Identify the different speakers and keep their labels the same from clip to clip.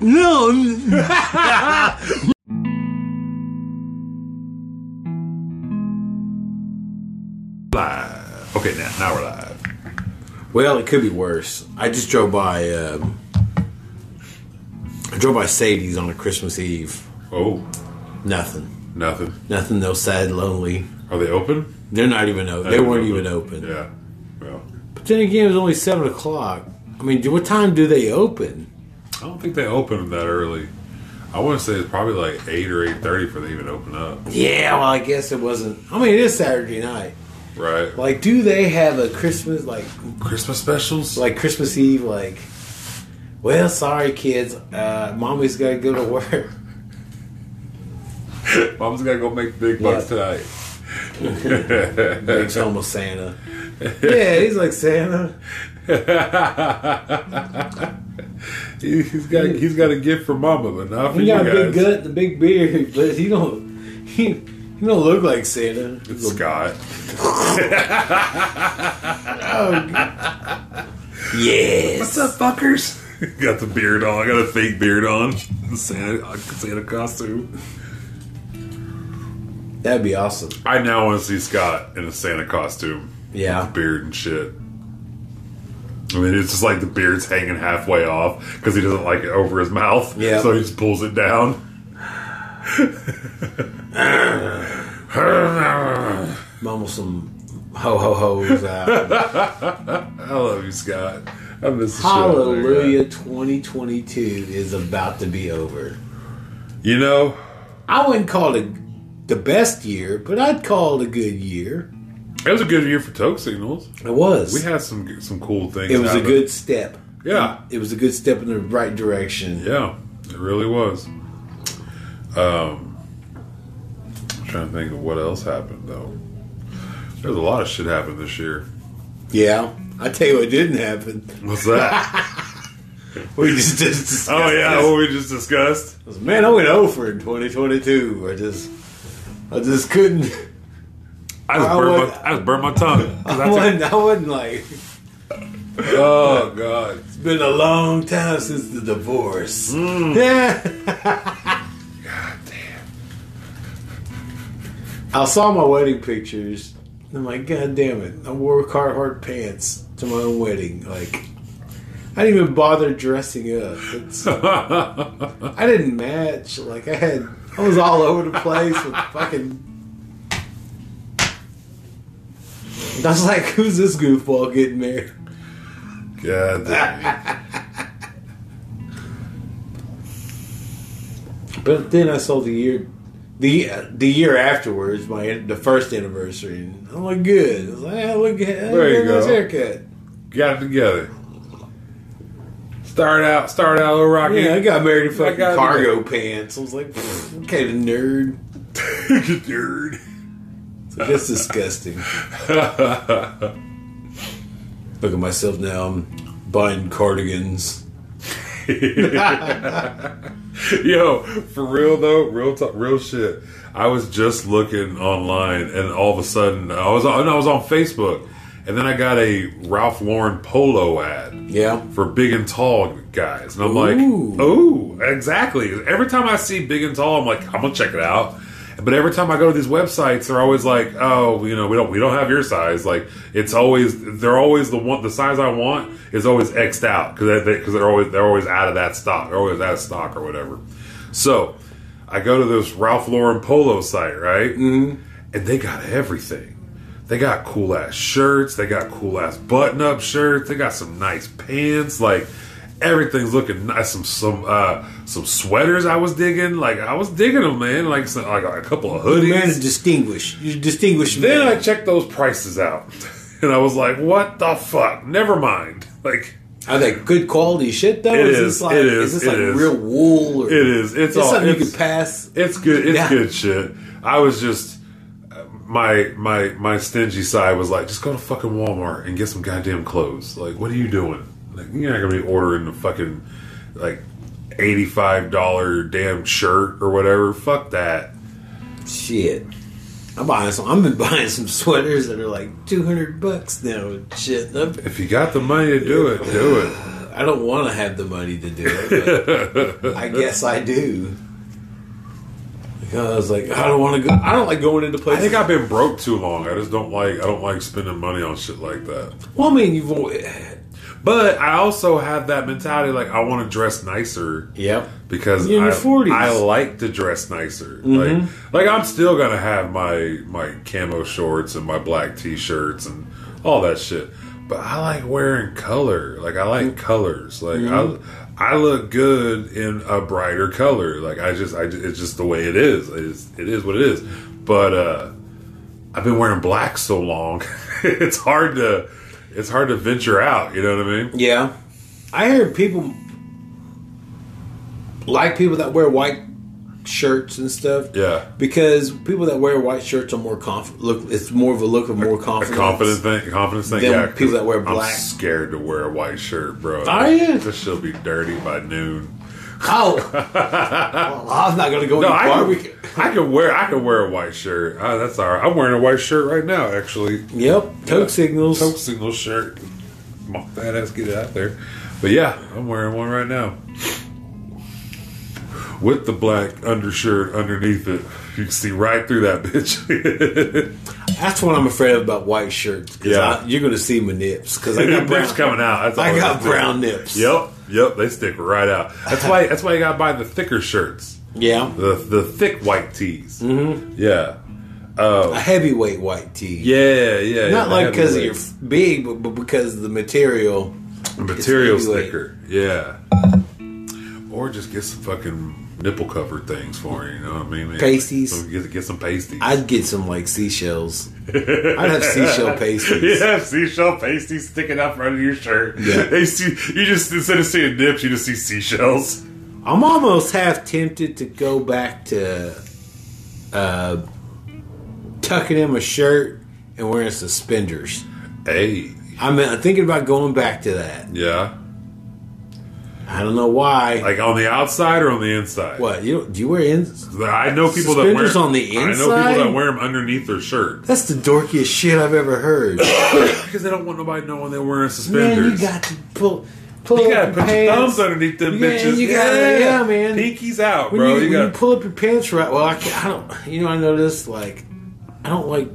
Speaker 1: No.
Speaker 2: Live. Okay, now, now we're live.
Speaker 1: Well, it could be worse. I just drove by. Um, I drove by Sadie's on a Christmas Eve.
Speaker 2: Oh,
Speaker 1: Nothing.
Speaker 2: nothing.
Speaker 1: Nothing. No sad, lonely.
Speaker 2: Are they open?
Speaker 1: They're not even open. They weren't even open.
Speaker 2: Yeah. Well,
Speaker 1: But then again, it was only seven o'clock. I mean, do- what time do they open?
Speaker 2: I don't think they open that early. I want to say it's probably like eight or eight thirty before they even open up.
Speaker 1: Yeah. Well, I guess it wasn't. I mean, it is Saturday night.
Speaker 2: Right.
Speaker 1: Like, do they have a Christmas like
Speaker 2: Christmas specials.
Speaker 1: like Christmas Eve like? Well, sorry, kids. Uh, mommy's gotta go to work.
Speaker 2: Mom's gotta go make big bucks
Speaker 1: Big Tom of Santa. Yeah, he's like Santa.
Speaker 2: tonight. He- he's got he's got a gift for Mama, but not for
Speaker 1: He
Speaker 2: you
Speaker 1: got a
Speaker 2: guys.
Speaker 1: big gut, and a big beard, but he don't he, he don't look like Santa.
Speaker 2: Scott.
Speaker 1: Yes.
Speaker 2: up, fuckers? got the beard on. I got a fake beard on. Santa Santa costume.
Speaker 1: That'd be awesome.
Speaker 2: I now want to see Scott in a Santa costume,
Speaker 1: Yeah.
Speaker 2: beard and shit. I mean, it's just like the beard's hanging halfway off because he doesn't like it over his mouth.
Speaker 1: Yeah.
Speaker 2: So he just pulls it down.
Speaker 1: Mumble some ho ho ho's out.
Speaker 2: I love you, Scott. I miss the shit out of that guy.
Speaker 1: Hallelujah 2022 is about to be over.
Speaker 2: You know,
Speaker 1: I wouldn't call it the best year, but I'd call it a good year.
Speaker 2: it was a good year for Toke Signals.
Speaker 1: It was.
Speaker 2: We had some some cool things.
Speaker 1: it was a
Speaker 2: happen.
Speaker 1: good step.
Speaker 2: Yeah,
Speaker 1: It was a good step in the right direction.
Speaker 2: yeah, it really was. Um, I'm trying to think of what else happened though. There's a lot of shit happened this year.
Speaker 1: Yeah. I tell you what didn't happen.
Speaker 2: What's that?
Speaker 1: We just just
Speaker 2: oh yeah, what we just discussed.
Speaker 1: Man, I went over in 2022. I just, I just couldn't.
Speaker 2: I just
Speaker 1: I
Speaker 2: burned
Speaker 1: would-
Speaker 2: my I just burned my tongue. 'Cause I
Speaker 1: I
Speaker 2: took-
Speaker 1: wasn't, I wasn't like.
Speaker 2: oh god,
Speaker 1: It's been a long time since the divorce. Yeah.
Speaker 2: god damn.
Speaker 1: I saw my wedding pictures. And I'm like, God damn it! I wore Carhartt pants to my own wedding. Like, I didn't even bother dressing up. It's, I didn't match. Like, I had, I was all over the place with fucking. I was like, who's this goofball getting married?
Speaker 2: God damn.
Speaker 1: But then I saw the year, the the year afterwards, my the first anniversary, and I'm like, good. I was like, ah, look at
Speaker 2: There you
Speaker 1: look at this
Speaker 2: go.
Speaker 1: haircut.
Speaker 2: Got it together. Start out, start out, little Rocky.
Speaker 1: Yeah, I got married in fucking
Speaker 2: got-
Speaker 1: cargo pants. I was like, pfft, what kind of nerd?
Speaker 2: Nerd.
Speaker 1: It's like, that's disgusting. look at myself now. I'm buying cardigans.
Speaker 2: Yo, for real though, real talk, real shit. I was just looking online, and all of a sudden, I was on, I was on Facebook, and then I got a Ralph Lauren polo ad
Speaker 1: Yeah,
Speaker 2: for big and tall guys, and I'm like,
Speaker 1: Ooh.
Speaker 2: ooh, exactly. Every time I see big and tall, I'm like, I'm gonna check it out. But every time I go to these websites, they're always like, oh, you know, we don't we don't have your size. Like it's always they're always the one the size I want is always xed out because they, because they're always they're always out of that stock. They're always out of stock or whatever. So I go to this Ralph Lauren polo site, right? Mm-hmm. And they got everything. They got cool ass shirts. They got cool ass button up shirts. They got some nice pants. Like everything's looking nice. Some some uh, some sweaters. I was digging. Like I was digging them, man. Like some, like a couple of hoodies.
Speaker 1: man is distinguished. You're a distinguished
Speaker 2: Then I
Speaker 1: man.
Speaker 2: checked those prices out, and I was like, "What the fuck? Never mind." Like
Speaker 1: Are they good quality shit though?
Speaker 2: It
Speaker 1: this
Speaker 2: is,
Speaker 1: like
Speaker 2: it is,
Speaker 1: this
Speaker 2: it
Speaker 1: like
Speaker 2: is.
Speaker 1: real wool?
Speaker 2: it
Speaker 1: Or
Speaker 2: is. It's
Speaker 1: It's
Speaker 2: all.
Speaker 1: something
Speaker 2: It's,
Speaker 1: you could pass.
Speaker 2: it's good. It's
Speaker 1: Yeah.
Speaker 2: good shit. I was just my my my stingy side was like, just go to fucking Walmart and get some goddamn clothes. Like, what are you doing? Like, you're not gonna be ordering a fucking like eighty five dollar damn shirt or whatever. Fuck that.
Speaker 1: Shit. I'm buying some. I've been buying some sweaters that are like two hundred bucks now. and Shit, I've-
Speaker 2: If you got the money to do it, do it.
Speaker 1: I don't want to have the money to do it. But I guess I do. Because I was like, I don't want to go. I don't like going into
Speaker 2: I
Speaker 1: places.
Speaker 2: think I've been broke too long. I just don't like I don't like spending money on shit like that.
Speaker 1: well, I mean, you've. al-
Speaker 2: But I also have that mentality like I want to dress nicer
Speaker 1: Yep.
Speaker 2: because
Speaker 1: You're in
Speaker 2: I,
Speaker 1: your Mm-hmm. 40s.
Speaker 2: I like to dress nicer. Like like I'm still gonna have my my camo shorts and my black t shirts and all that shit. But I like wearing color. Like I
Speaker 1: Mm.
Speaker 2: like colors. Like
Speaker 1: Mm-hmm.
Speaker 2: I I look good in a brighter color. Like I just I ju- it's just the way it is. It's, it is what it is. But uh I've been wearing black so long. it's hard to it's hard to venture out, you know what I mean?
Speaker 1: Yeah. I hear people like people that wear white shirts and stuff.
Speaker 2: Yeah.
Speaker 1: Because people that wear white shirts are more confident. Look, it's more of a look of more
Speaker 2: A
Speaker 1: confidence.
Speaker 2: confidence thing. Confidence thing.
Speaker 1: Them
Speaker 2: Yeah,
Speaker 1: people that wear black.
Speaker 2: I'm scared to wear a white shirt, bro.
Speaker 1: Are you?
Speaker 2: This shit'll be dirty by noon.
Speaker 1: Oh, Well, I'm not gonna go
Speaker 2: No,
Speaker 1: to
Speaker 2: I
Speaker 1: barbecue.
Speaker 2: can, I can wear. I can wear a white shirt. Ah, that's all right. I'm wearing a white shirt right now, actually.
Speaker 1: Yep, Coke signals.
Speaker 2: Coke signal shirt. Mock that ass. Get it out there. But yeah, I'm wearing one right now. With the black undershirt underneath it, you can see right through that bitch.
Speaker 1: That's what I'm afraid of about white shirts. 'cause
Speaker 2: Yeah.
Speaker 1: I- you're gonna see my nips because I got brown.
Speaker 2: nips coming out. That's
Speaker 1: I
Speaker 2: all
Speaker 1: got
Speaker 2: it is.
Speaker 1: brown nips.
Speaker 2: Yep, yep, they stick right out. That's why. That's why you gotta buy the thicker shirts,
Speaker 1: Yeah,
Speaker 2: the the thick white tees. Mm-hmm. Yeah,
Speaker 1: a heavyweight white tee.
Speaker 2: yeah, yeah.
Speaker 1: Not
Speaker 2: yeah,
Speaker 1: like because
Speaker 2: heavyweight.
Speaker 1: you're f- big, but, but because of the material.
Speaker 2: The material's
Speaker 1: heavyweight.
Speaker 2: thicker. Yeah, or just get some fucking nipple cover things for her. You know what I mean? Man,
Speaker 1: Pasties.
Speaker 2: So Get, get some pasties.
Speaker 1: I'd get some like seashells. I'd have seashell pastries.
Speaker 2: yeah, seashell pasties sticking out front of your shirt.
Speaker 1: Yeah.
Speaker 2: They see you just instead of seeing nips, you just see seashells.
Speaker 1: I'm almost half tempted to go back to uh, tucking in a shirt and wearing suspenders.
Speaker 2: Hey,
Speaker 1: I'm uh, thinking about going back to that.
Speaker 2: yeah.
Speaker 1: I don't know why.
Speaker 2: Like on the outside or on the inside?
Speaker 1: what you do you wear in?
Speaker 2: I know people that
Speaker 1: Suspenders
Speaker 2: wear
Speaker 1: on the
Speaker 2: I know
Speaker 1: inside?
Speaker 2: people that wear them underneath their shirt
Speaker 1: That's the dorkiest shit I've ever heard.
Speaker 2: because they don't want nobody knowing they're wearing
Speaker 1: man, you
Speaker 2: suspenders.
Speaker 1: got to pull pull
Speaker 2: You
Speaker 1: up
Speaker 2: gotta
Speaker 1: your
Speaker 2: put your
Speaker 1: pants.
Speaker 2: thumbs underneath them
Speaker 1: Yeah,
Speaker 2: bitches.
Speaker 1: you gotta- yeah, man.
Speaker 2: Pinkies out,
Speaker 1: when
Speaker 2: bro.
Speaker 1: you,
Speaker 2: you
Speaker 1: when you
Speaker 2: got
Speaker 1: pull up your pants right, well, I, can't, I don't. You know, I noticed like I don't like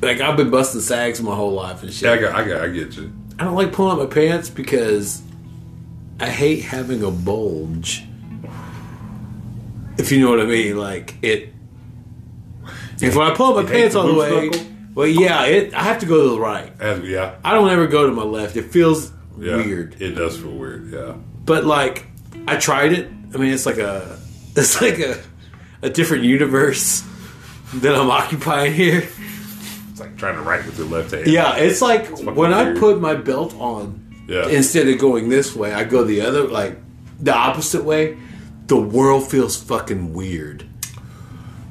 Speaker 1: like I've been busting sags my whole life and shit.
Speaker 2: yeah, I got, I got, I get you.
Speaker 1: I don't like pulling up my pants because I hate having a bulge. If you know what I mean, like it. If I pull up my
Speaker 2: You hate
Speaker 1: pants
Speaker 2: the
Speaker 1: all the
Speaker 2: boost
Speaker 1: way,
Speaker 2: buckle?
Speaker 1: well, yeah, it. I have to go to the right.
Speaker 2: As- yeah,
Speaker 1: I don't ever go to my left. It feels
Speaker 2: yeah.
Speaker 1: weird,
Speaker 2: It does feel weird. Yeah,
Speaker 1: but like I tried it. I mean, it's like a, it's like a, a different universe that I'm occupying here.
Speaker 2: it's like trying to write with your left hand.
Speaker 1: Yeah, it's like
Speaker 2: fucking
Speaker 1: when I
Speaker 2: weird.
Speaker 1: put my belt on,
Speaker 2: yeah.
Speaker 1: instead of going this way, I go the other, like the opposite way. The world feels fucking weird.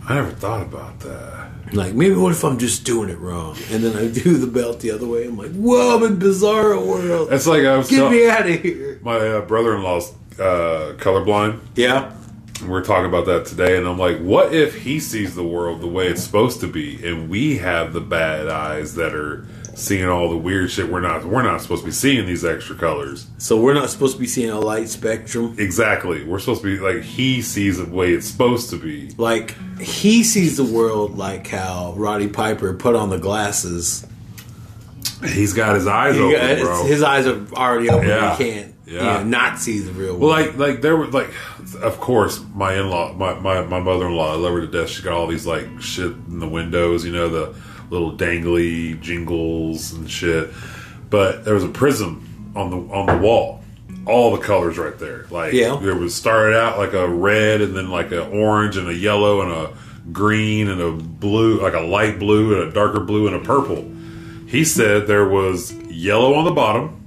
Speaker 2: I never thought about that.
Speaker 1: Like maybe what if I'm just doing it wrong, and then I do the belt the other way. I'm like, whoa, I'm in bizarro world.
Speaker 2: It's like I was
Speaker 1: Get
Speaker 2: tell-
Speaker 1: me out of here.
Speaker 2: my uh, brother-in-law's uh, colorblind.
Speaker 1: Yeah,
Speaker 2: We We're talking about that today, and I'm like, what if he sees the world the way it's supposed to be, and we have the bad eyes that are seeing all the weird shit we're not we're not supposed to be seeing these extra colors.
Speaker 1: so we're not supposed to be seeing a light spectrum.
Speaker 2: Exactly, we're supposed to be like he sees it the way it's supposed to be.
Speaker 1: Like he sees the world like how Roddy Piper put on the glasses.
Speaker 2: He's got his eyes
Speaker 1: He
Speaker 2: open,
Speaker 1: got- it's-
Speaker 2: bro.
Speaker 1: his eyes are already open.
Speaker 2: Yeah.
Speaker 1: He can't you
Speaker 2: Yeah.
Speaker 1: know, not see the real world.
Speaker 2: Well, like, like there were like, of course, my in law, my, my, my mother in law, I love her to death. She got all these like shit in the windows, you know, the little dangly jingles and shit. But there was a prism on the on the wall, all the colors right there. Like,
Speaker 1: Yeah.
Speaker 2: there was started out like a red, and then like an orange and a yellow and a green and a blue, like a light blue and a darker blue and a purple. He said there was yellow on the bottom.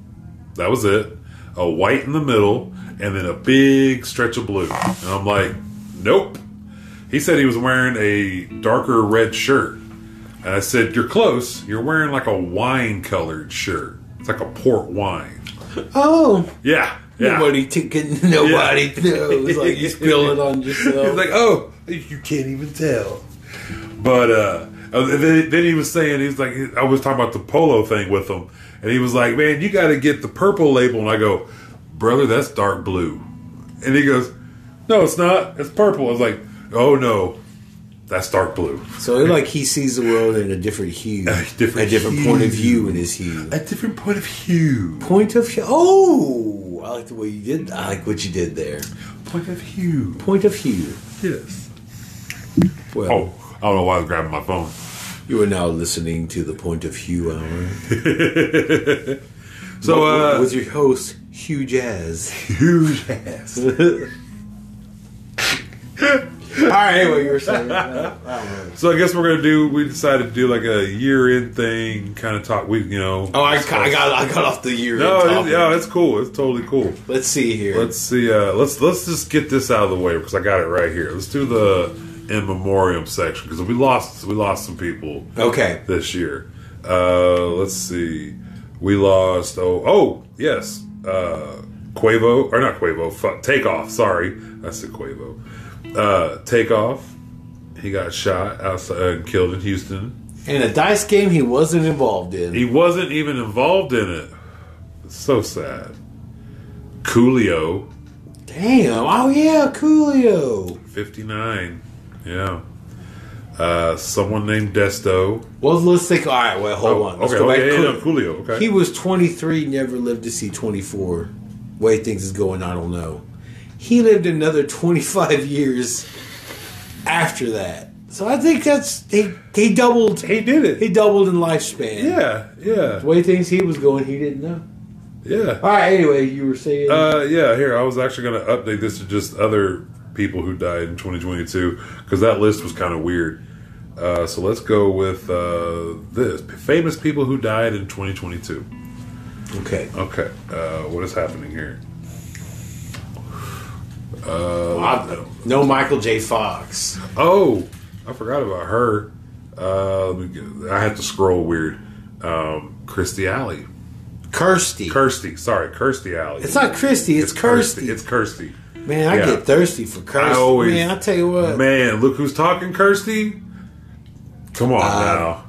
Speaker 2: That was it. A white in the middle, and then a big stretch of blue. And I'm like, nope. He said he was wearing a darker red shirt. And I said, You're close. You're wearing like a wine colored shirt. It's like a port wine.
Speaker 1: oh,
Speaker 2: Yeah. Yeah.
Speaker 1: Nobody taking. Nobody knows. Like you spill it on
Speaker 2: He's
Speaker 1: yourself.
Speaker 2: like, oh, you can't even tell. But uh, and then, then he was saying, he's like, I was talking about the polo thing with him, and he was like, man, you got to get the purple label. And I go, brother, that's dark blue. And he goes, no, it's not. It's purple. I was like, oh no, that's dark blue.
Speaker 1: So like he sees the world in a different hue,
Speaker 2: A different
Speaker 1: a different point of
Speaker 2: hue.
Speaker 1: view in his hue.
Speaker 2: A different point of hue.
Speaker 1: Point of hue. Oh, I like the way you did. I like what you did there.
Speaker 2: Point of hue.
Speaker 1: Point of hue.
Speaker 2: Yes.
Speaker 1: Well,
Speaker 2: Oh, I don't know why I was grabbing my phone.
Speaker 1: you are now listening to the Point of Hue Hour.
Speaker 2: So, uh,
Speaker 1: with your host Hugh Jazz.
Speaker 2: huge ass.
Speaker 1: All right, anyway, you were saying. I don't know.
Speaker 2: So I guess we're gonna do. We decided to do like a year-end thing, kind of talk. We, you know.
Speaker 1: Oh, I, ca- I got I got off the year. end
Speaker 2: No, it,
Speaker 1: topic.
Speaker 2: yeah, it's cool. It's totally cool.
Speaker 1: Let's see here.
Speaker 2: Let's see. Uh, let's let's just get this out of the way because I got it right here. Let's do the in memoriam section because we lost we lost some people
Speaker 1: okay.
Speaker 2: this year. Uh, let's see. We lost. Oh, oh yes. Uh, Quavo or not Quavo? Fuck, Takeoff. Sorry, I said Quavo. Uh, Takeoff. He got shot outside and killed in Houston.
Speaker 1: In a dice game he wasn't involved in.
Speaker 2: He wasn't even involved in it. It's so sad. Coolio,
Speaker 1: Damn. Oh yeah, Coolio.
Speaker 2: 59. Yeah. Uh, someone named Desto.
Speaker 1: Well, let's think. All right, wait, hold on. Let's
Speaker 2: Oh, okay,
Speaker 1: go back.
Speaker 2: okay, yeah,
Speaker 1: Cool-
Speaker 2: no, Coolio. Okay.
Speaker 1: He was 23, never lived to see 24. Way things is going, I don't know. He lived another 25 years after that. So I think that's he, he doubled
Speaker 2: he did it.
Speaker 1: he doubled in lifespan.
Speaker 2: yeah, yeah,
Speaker 1: The way things he was going, he didn't know.
Speaker 2: yeah.
Speaker 1: All right, anyway, you were saying
Speaker 2: Uh, yeah, here I was actually going to update this to just other people who died in 2022 because that list was kind of weird. Uh, so let's go with uh, this famous people who died in 2022.
Speaker 1: okay.
Speaker 2: Okay, uh, what is happening here?
Speaker 1: I- no Michael J. Fox.
Speaker 2: Oh, I forgot about her. Uh, let me get- I had to scroll weird. Um, Kirstie Alley,
Speaker 1: Kirsty.
Speaker 2: Kirsty, sorry, Kirstie Alley.
Speaker 1: it's not Christy, it's, Kirsty.
Speaker 2: It's Kirsty.
Speaker 1: Man, I
Speaker 2: yeah.
Speaker 1: get thirsty for Kirsty.
Speaker 2: I always-
Speaker 1: Man, I tell you what.
Speaker 2: Man, look who's talking, Kirsty. Come on now.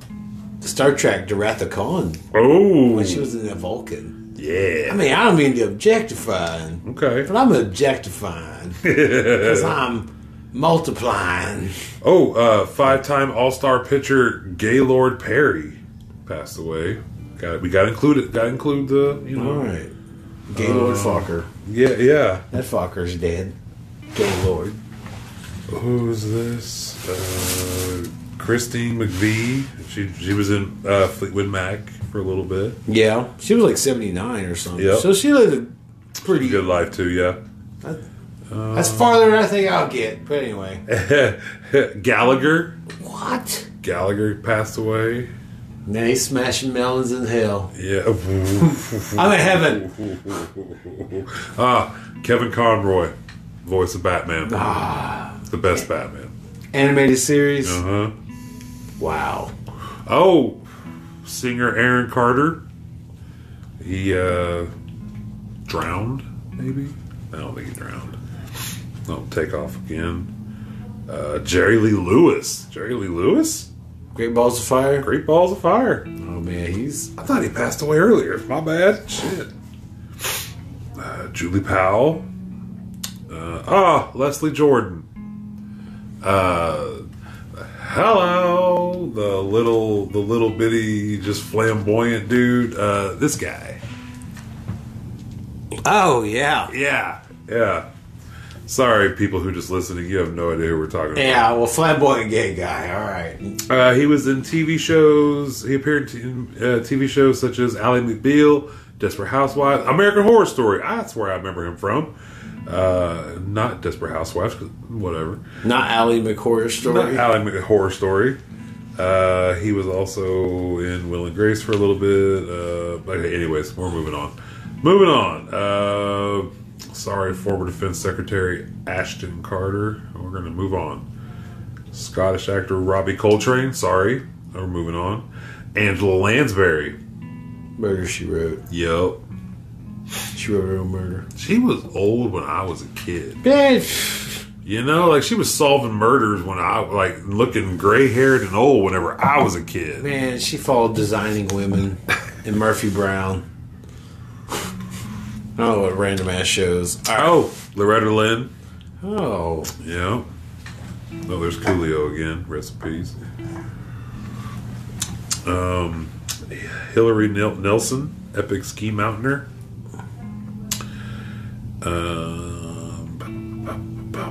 Speaker 1: Star Trek, the Wrath of Khan,
Speaker 2: Oh,
Speaker 1: when she was in that Vulcan.
Speaker 2: yeah.
Speaker 1: I mean, I don't mean to objectify.
Speaker 2: okay.
Speaker 1: But I'm objectifying. Because I'm multiplying.
Speaker 2: Oh, uh, five-time All-Star pitcher Gaylord Perry passed away. Got we got included. Got to include the you know.
Speaker 1: Alright.
Speaker 2: Uh,
Speaker 1: Gaylord Fokker.
Speaker 2: Yeah, yeah.
Speaker 1: That Fokker's dead. Gaylord.
Speaker 2: Who's this? Uh, Christine McVie. She she was in uh, Fleetwood Mac for a little bit.
Speaker 1: Yeah. She was like 79 or something.
Speaker 2: Yep.
Speaker 1: So she lived a pretty.
Speaker 2: Good life too. Yeah.
Speaker 1: That's farther than I think I'll get. But anyway.
Speaker 2: Gallagher.
Speaker 1: what?
Speaker 2: Gallagher passed away.
Speaker 1: Now he's smashing melons in hell.
Speaker 2: Yeah.
Speaker 1: I'm in heaven.
Speaker 2: Ah, Kevin Conroy, voice of Batman. Ah. The best Batman.
Speaker 1: Animated series.
Speaker 2: Uh huh.
Speaker 1: Wow.
Speaker 2: Oh, singer Aaron Carter. He uh, drowned, maybe. I don't think he drowned. I'll take off again. Uh, Jerry Lee Lewis. Jerry Lee Lewis.
Speaker 1: Great Balls of Fire.
Speaker 2: Great balls of fire.
Speaker 1: Oh man, he's
Speaker 2: I thought he passed away earlier. My bad. Shit. Uh, Julie Powell. Uh, ah, Leslie Jordan. Uh, hello, the little, the little bitty, just flamboyant dude. Uh, this guy.
Speaker 1: Oh yeah.
Speaker 2: Yeah, yeah. Sorry, people who just listening, you have no idea who we're talking about.
Speaker 1: Yeah, well flamboyant gay guy, alright.
Speaker 2: Uh, he was in TV shows. He appeared in uh, TV shows such as Ally McBeal, Desperate Housewives, American Horror Story. That's where I remember him from. Uh, not Desperate Housewives, 'cause whatever.
Speaker 1: Not Ally McCoy
Speaker 2: Not
Speaker 1: story.
Speaker 2: Ally Mc- Horror Story. Uh, he was also in Will and Grace for a little bit. Uh, okay, anyways, we're moving on. Moving on. Uh, sorry, former Defense Secretary Ashton Carter. We're going to move on. Scottish actor Robbie Coltrane. Sorry, we're moving on. Angela Lansbury.
Speaker 1: Murder she wrote.
Speaker 2: Yep.
Speaker 1: She wrote her own murder.
Speaker 2: She was old when I was a kid.
Speaker 1: Bitch.
Speaker 2: You know, like she was solving murders when I like looking gray haired and old whenever I was a kid.
Speaker 1: Man, she followed designing women and Murphy Brown. Oh, what random ass shows. All right.
Speaker 2: Oh, Loretta Lynn.
Speaker 1: Oh.
Speaker 2: Yeah. Oh, there's Coolio again. Recipes. Um, Hillary Nel- Nelson, epic ski mountaineer. Um,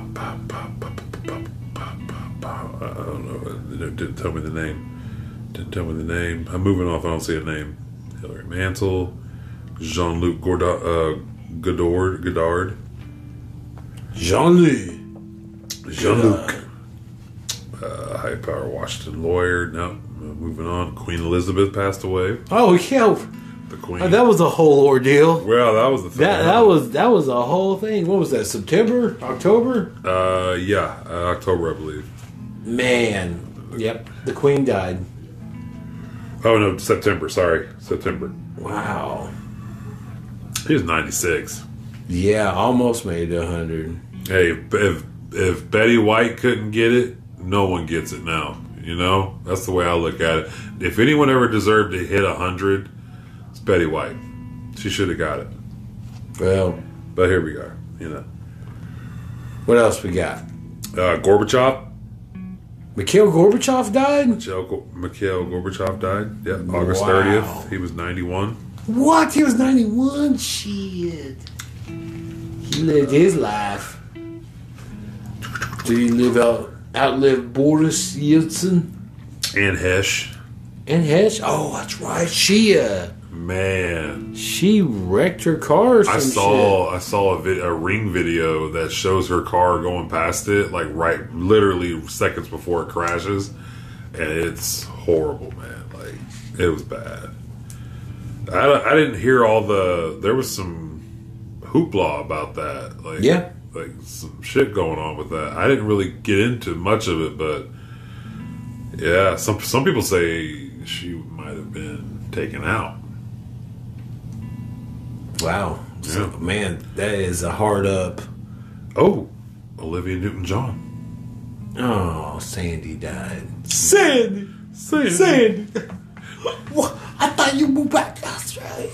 Speaker 2: I don't know. It didn't tell me the name. Didn't tell me the name. I'm moving off. I don't see a name. Hillary Mantel, Jean Luc Godard, uh, Godard, Godard.
Speaker 1: Jean Louis.
Speaker 2: Jean Luc. Uh, high power Washington lawyer. No, moving on. Queen Elizabeth passed away.
Speaker 1: Oh, yeah.
Speaker 2: The Queen.
Speaker 1: Oh, that was a whole ordeal.
Speaker 2: well, that was the thing.
Speaker 1: That that was that was a whole thing. What was that? September, October?
Speaker 2: Uh, yeah, uh, October, I believe.
Speaker 1: Man. Yep. The queen died.
Speaker 2: Oh no, September. Sorry, September.
Speaker 1: Wow.
Speaker 2: He was ninety six.
Speaker 1: Yeah, almost made a hundred.
Speaker 2: Hey, if, if if Betty White couldn't get it, no one gets it now. You know, that's the way I look at it. If anyone ever deserved to hit hundred, it's Betty White. She should have got it.
Speaker 1: Well,
Speaker 2: But here we are. You know,
Speaker 1: what else we got?
Speaker 2: uh, Gorbachev.
Speaker 1: Mikhail Gorbachev died?
Speaker 2: Mikhail Go- Mikhail Gorbachev died. Yeah, August
Speaker 1: Wow.
Speaker 2: 30th. He was 91.
Speaker 1: What? He was 91? Shit. He lived his life. Did he live out outlive Boris Yeltsin
Speaker 2: And Hesh.
Speaker 1: and Hesh? Oh, that's right. She uh
Speaker 2: Man,
Speaker 1: she wrecked her car or some
Speaker 2: I
Speaker 1: shit.
Speaker 2: saw I saw a, vid- a ring video that shows her car going past it, like right, literally seconds before it crashes, and it's horrible, man. Like it was bad. I, don't- I didn't hear all the there was some hoopla about that. Like
Speaker 1: Yeah.
Speaker 2: like some shit going on with that. I didn't really get into much of it, but yeah, some some people say she might have been taken out.
Speaker 1: Wow. So,
Speaker 2: Yeah.
Speaker 1: man, that is a hard up.
Speaker 2: Oh, Olivia Newton John.
Speaker 1: Oh, Sandy died. Sandy! Sandy! what? I thought you moved back to Australia.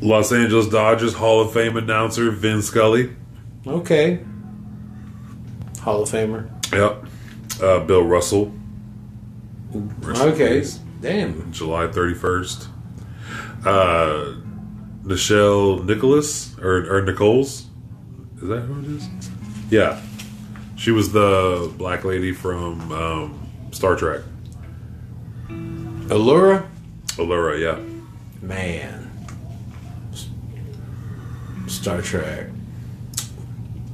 Speaker 2: Los Angeles Dodgers Hall of Fame announcer Vin Scully.
Speaker 1: Okay. Hall of Famer.
Speaker 2: Yep. Uh, Bill Russell. Rest in
Speaker 1: Okay.
Speaker 2: peace.
Speaker 1: Damn.
Speaker 2: July 31st. Uh, Nichelle Nicholas or, or Nichols. Is that who it is? Yeah. She was the black lady from um, Star Trek.
Speaker 1: Allura?
Speaker 2: Allura, yeah.
Speaker 1: Man. S- Star Trek.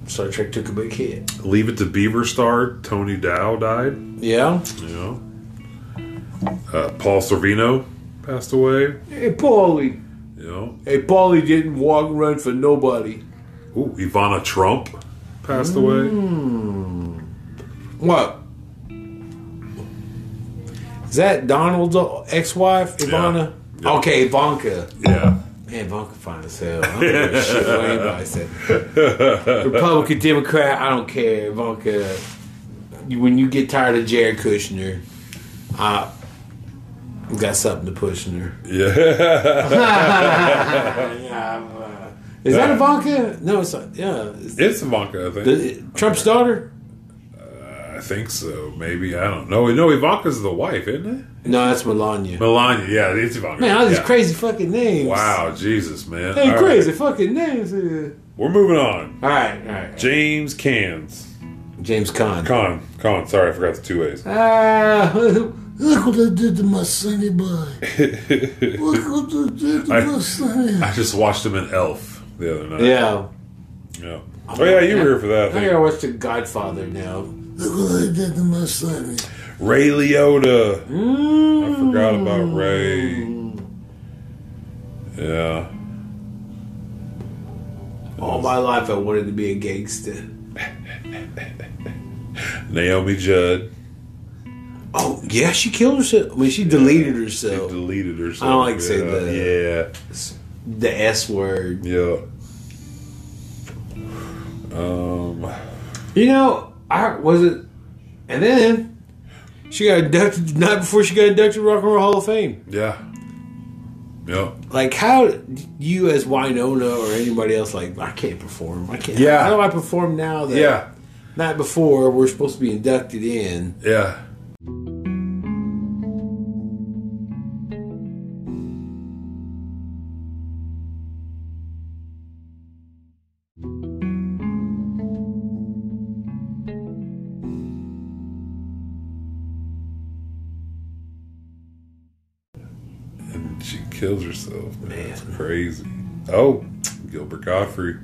Speaker 1: Star Trek took a big hit.
Speaker 2: Leave It to Beaver star Tony Dow died.
Speaker 1: Yeah?
Speaker 2: You know. Uh, Paul Sorvino passed away.
Speaker 1: Hey, Paulie.
Speaker 2: You know.
Speaker 1: Hey, Paulie didn't walk run for nobody.
Speaker 2: Ooh, Ivana Trump Mm. passed away.
Speaker 1: What? Is that Donald's ex-wife, Ivana?
Speaker 2: Yeah.
Speaker 1: Okay, Ivanka.
Speaker 2: Yeah.
Speaker 1: Man, Ivanka fine as hell. I don't give a shit what anybody said. Republican, Democrat, I don't care. Ivanka, you- when you get tired of Jared Kushner, I we got something to push in her.
Speaker 2: Yeah.
Speaker 1: Is that Ivanka? No, it's not. Yeah. It's,
Speaker 2: it's Ivanka, I think.
Speaker 1: the- Trump's daughter?
Speaker 2: I think so. Maybe. I don't know. No, Ivanka's the wife, isn't it?
Speaker 1: No, that's Melania.
Speaker 2: Melania. Yeah, it's Ivanka.
Speaker 1: Man, all these
Speaker 2: Yeah.
Speaker 1: crazy fucking names.
Speaker 2: Wow, Jesus, man.
Speaker 1: They
Speaker 2: All right.
Speaker 1: crazy fucking names. yeah.
Speaker 2: We're moving on.
Speaker 1: All right, all right.
Speaker 2: James Cans.
Speaker 1: James Conn.
Speaker 2: Con. Con. Sorry, I forgot the two A's.
Speaker 1: Ah, look what I did to my sonny boy. look what I did to my sonny.
Speaker 2: I just watched him in Elf the other night.
Speaker 1: Yeah.
Speaker 2: Yeah. Oh, yeah, you were here for that. I
Speaker 1: I
Speaker 2: think.
Speaker 1: gotta watch The Godfather now. Look what I did to my sonny.
Speaker 2: Ray Liotta.
Speaker 1: Mm.
Speaker 2: I forgot about Ray. Yeah.
Speaker 1: All my life I wanted to be a gangster.
Speaker 2: Naomi Judd
Speaker 1: Oh, yeah, she killed herself. I mean, she deleted herself.
Speaker 2: deleted herself.
Speaker 1: I don't like to say
Speaker 2: yeah.
Speaker 1: The S word.
Speaker 2: Yeah. Yeah. Um.
Speaker 1: You know, I was it. And then she got inducted, not before she got inducted to Rock and Roll Hall of Fame.
Speaker 2: Yeah. Yeah.
Speaker 1: Like how you as Winona or anybody else like I can't perform. I can't.
Speaker 2: Yeah.
Speaker 1: How do I perform now? That
Speaker 2: Yeah.
Speaker 1: Night before we're supposed to be inducted in.
Speaker 2: Yeah. And She kills herself. Man, that's crazy. Oh, Gilbert Godfrey.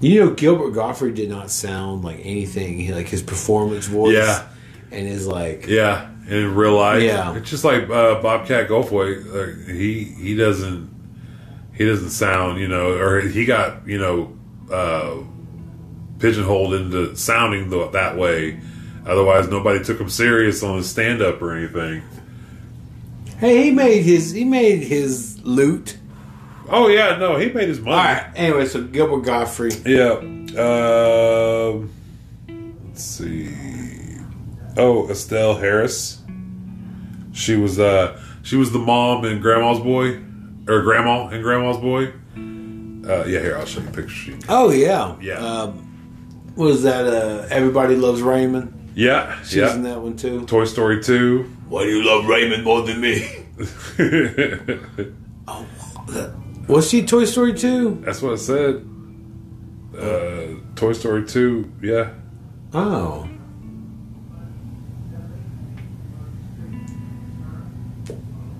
Speaker 1: You know, Gilbert Gottfried did not sound like anything. He, like his performance voice.
Speaker 2: Yeah.
Speaker 1: And his like.
Speaker 2: Yeah, in real life.
Speaker 1: Yeah.
Speaker 2: it's just like uh, Bobcat Goldthwait. Uh, he he doesn't he doesn't sound you know, or he got you know uh, pigeonholed into sounding the, that way. Otherwise, nobody took him serious on his stand up or anything.
Speaker 1: Hey, he made his he made his loot.
Speaker 2: Oh yeah, no, he made his money.
Speaker 1: All right. Anyway, so Gilbert Gottfried.
Speaker 2: Yeah. Um, let's see. Oh, Estelle Harris. She was uh she was the mom in Grandma's Boy, or Grandma and Grandma's Boy. Uh, yeah, here I'll show you a picture. She-
Speaker 1: Oh yeah.
Speaker 2: Yeah.
Speaker 1: Um, was that uh, Everybody Loves Raymond?
Speaker 2: Yeah,
Speaker 1: She's
Speaker 2: yeah.
Speaker 1: in that one too.
Speaker 2: Toy Story Two.
Speaker 1: Why do you love Raymond more than me? Was she Toy Story two?
Speaker 2: That's what I said. Uh, Toy Story Two. Yeah.
Speaker 1: Oh.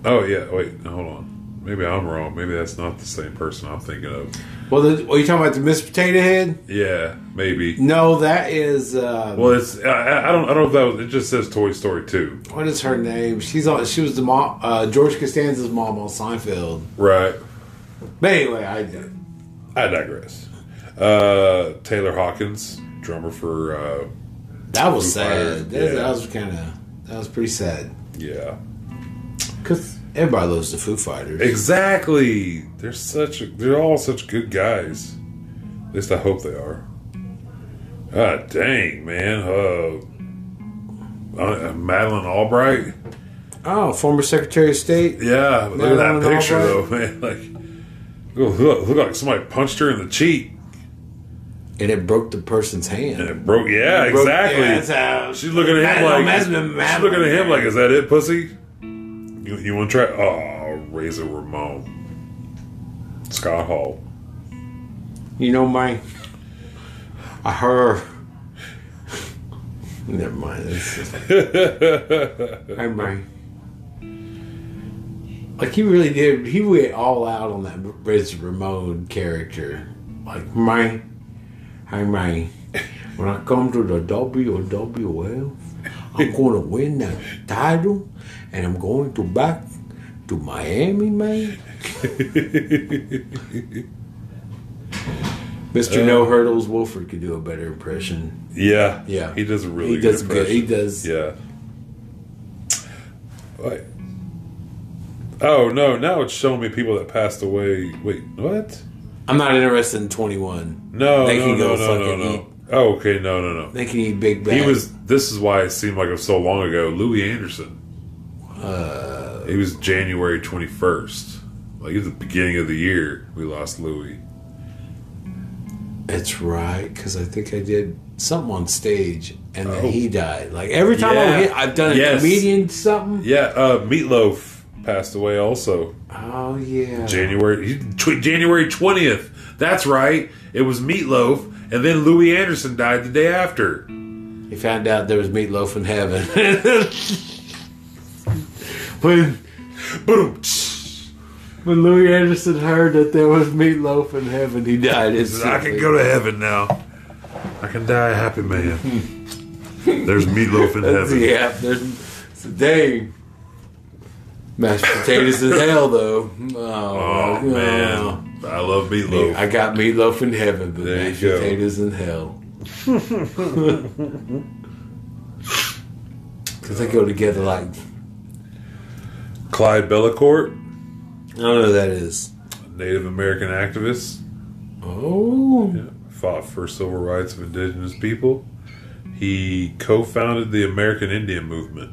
Speaker 2: Oh yeah. Wait. no, Hold on. Maybe I'm wrong. Maybe that's not the same person I'm thinking of.
Speaker 1: Well, the, are you talking about the Miss Potato Head?
Speaker 2: Yeah. Maybe.
Speaker 1: No, that is uh,
Speaker 2: Well, it's I- I, I don't I don't know if that was, it just says Toy Story two,
Speaker 1: what is her name? She's on. She was the mom, uh, George Costanza's mom on Seinfeld.
Speaker 2: right?
Speaker 1: But anyway, I did.
Speaker 2: I digress. Uh, Taylor Hawkins, drummer for uh,
Speaker 1: That was
Speaker 2: Foo Fighters,
Speaker 1: sad. That,
Speaker 2: yeah.
Speaker 1: that was kind of that was pretty sad
Speaker 2: yeah,
Speaker 1: because everybody loves the Foo Fighters.
Speaker 2: exactly. They're such they're all such good guys. At least I hope they are. Ah, dang man, uh, uh, Madeline Albright.
Speaker 1: Oh, former Secretary of State.
Speaker 2: Yeah, but look at that
Speaker 1: Madeline
Speaker 2: picture though,
Speaker 1: Albright?
Speaker 2: man. Like, look, look, look like somebody punched her in the cheek
Speaker 1: And it broke the person's hand.
Speaker 2: and it broke. Yeah,
Speaker 1: Broke-
Speaker 2: exactly.
Speaker 1: yeah, that's how-
Speaker 2: She's looking at him
Speaker 1: Madeline-
Speaker 2: like
Speaker 1: Madeline-
Speaker 2: she's looking at him like, is that it, pussy? You, you want to try? Oh, Razor Ramon, Scott Hall.
Speaker 1: You know, my. I heard. Never mind. It's just- Hey, man. Like, he really did. He went all out on that Riz Ramon character. Like, man. Hey, man. When I come to the WWF, I'm going to win that title and I'm going to back to Miami, man. Mr. No Hurdles Wolford could do a better impression.
Speaker 2: Yeah,
Speaker 1: Yeah.
Speaker 2: He does a really.
Speaker 1: He does good. He
Speaker 2: impression.
Speaker 1: does.
Speaker 2: Yeah. Wait. Oh no! Now it's showing me people that passed away. Wait, what?
Speaker 1: I'm not interested in 21.
Speaker 2: No,
Speaker 1: They
Speaker 2: no,
Speaker 1: can
Speaker 2: no,
Speaker 1: go
Speaker 2: no, no,
Speaker 1: fucking
Speaker 2: no.
Speaker 1: eat.
Speaker 2: Oh, okay, no, no, no.
Speaker 1: They can eat Big Bad.
Speaker 2: He was. This is why it seemed like it was so long ago. Louis Anderson.
Speaker 1: Uh,
Speaker 2: It was January twenty first. Like at the beginning of the year, we lost Louis.
Speaker 1: That's right, because I think I did something on stage, and then
Speaker 2: Oh.
Speaker 1: he died. Like every time
Speaker 2: Yeah.
Speaker 1: I hit, I've done a
Speaker 2: Yes.
Speaker 1: comedian something.
Speaker 2: Yeah, uh, Meatloaf passed away also
Speaker 1: Oh yeah,
Speaker 2: January he- tw- January twentieth. That's right. It was Meatloaf, and then Louis Anderson died the day after.
Speaker 1: he found out there was meatloaf in heaven. when
Speaker 2: Boom.
Speaker 1: when Louis Anderson heard that there was meatloaf in heaven, he died.
Speaker 2: I
Speaker 1: instantly.
Speaker 2: can go to heaven now. I can die a happy man. There's Meatloaf in
Speaker 1: Hmm. That's-
Speaker 2: heaven.
Speaker 1: Yeah, there's so, dang. Mashed potatoes in hell, though. Oh,
Speaker 2: Oh
Speaker 1: no.
Speaker 2: man, I love meatloaf.
Speaker 1: I got meatloaf in heaven, but
Speaker 2: There you
Speaker 1: mashed
Speaker 2: go.
Speaker 1: potatoes in hell. Because they go together like
Speaker 2: Clyde Bellacourt,
Speaker 1: I don't know who that is.
Speaker 2: Native American activist,
Speaker 1: Oh,
Speaker 2: fought for civil rights of indigenous people. He co-founded the American Indian movement.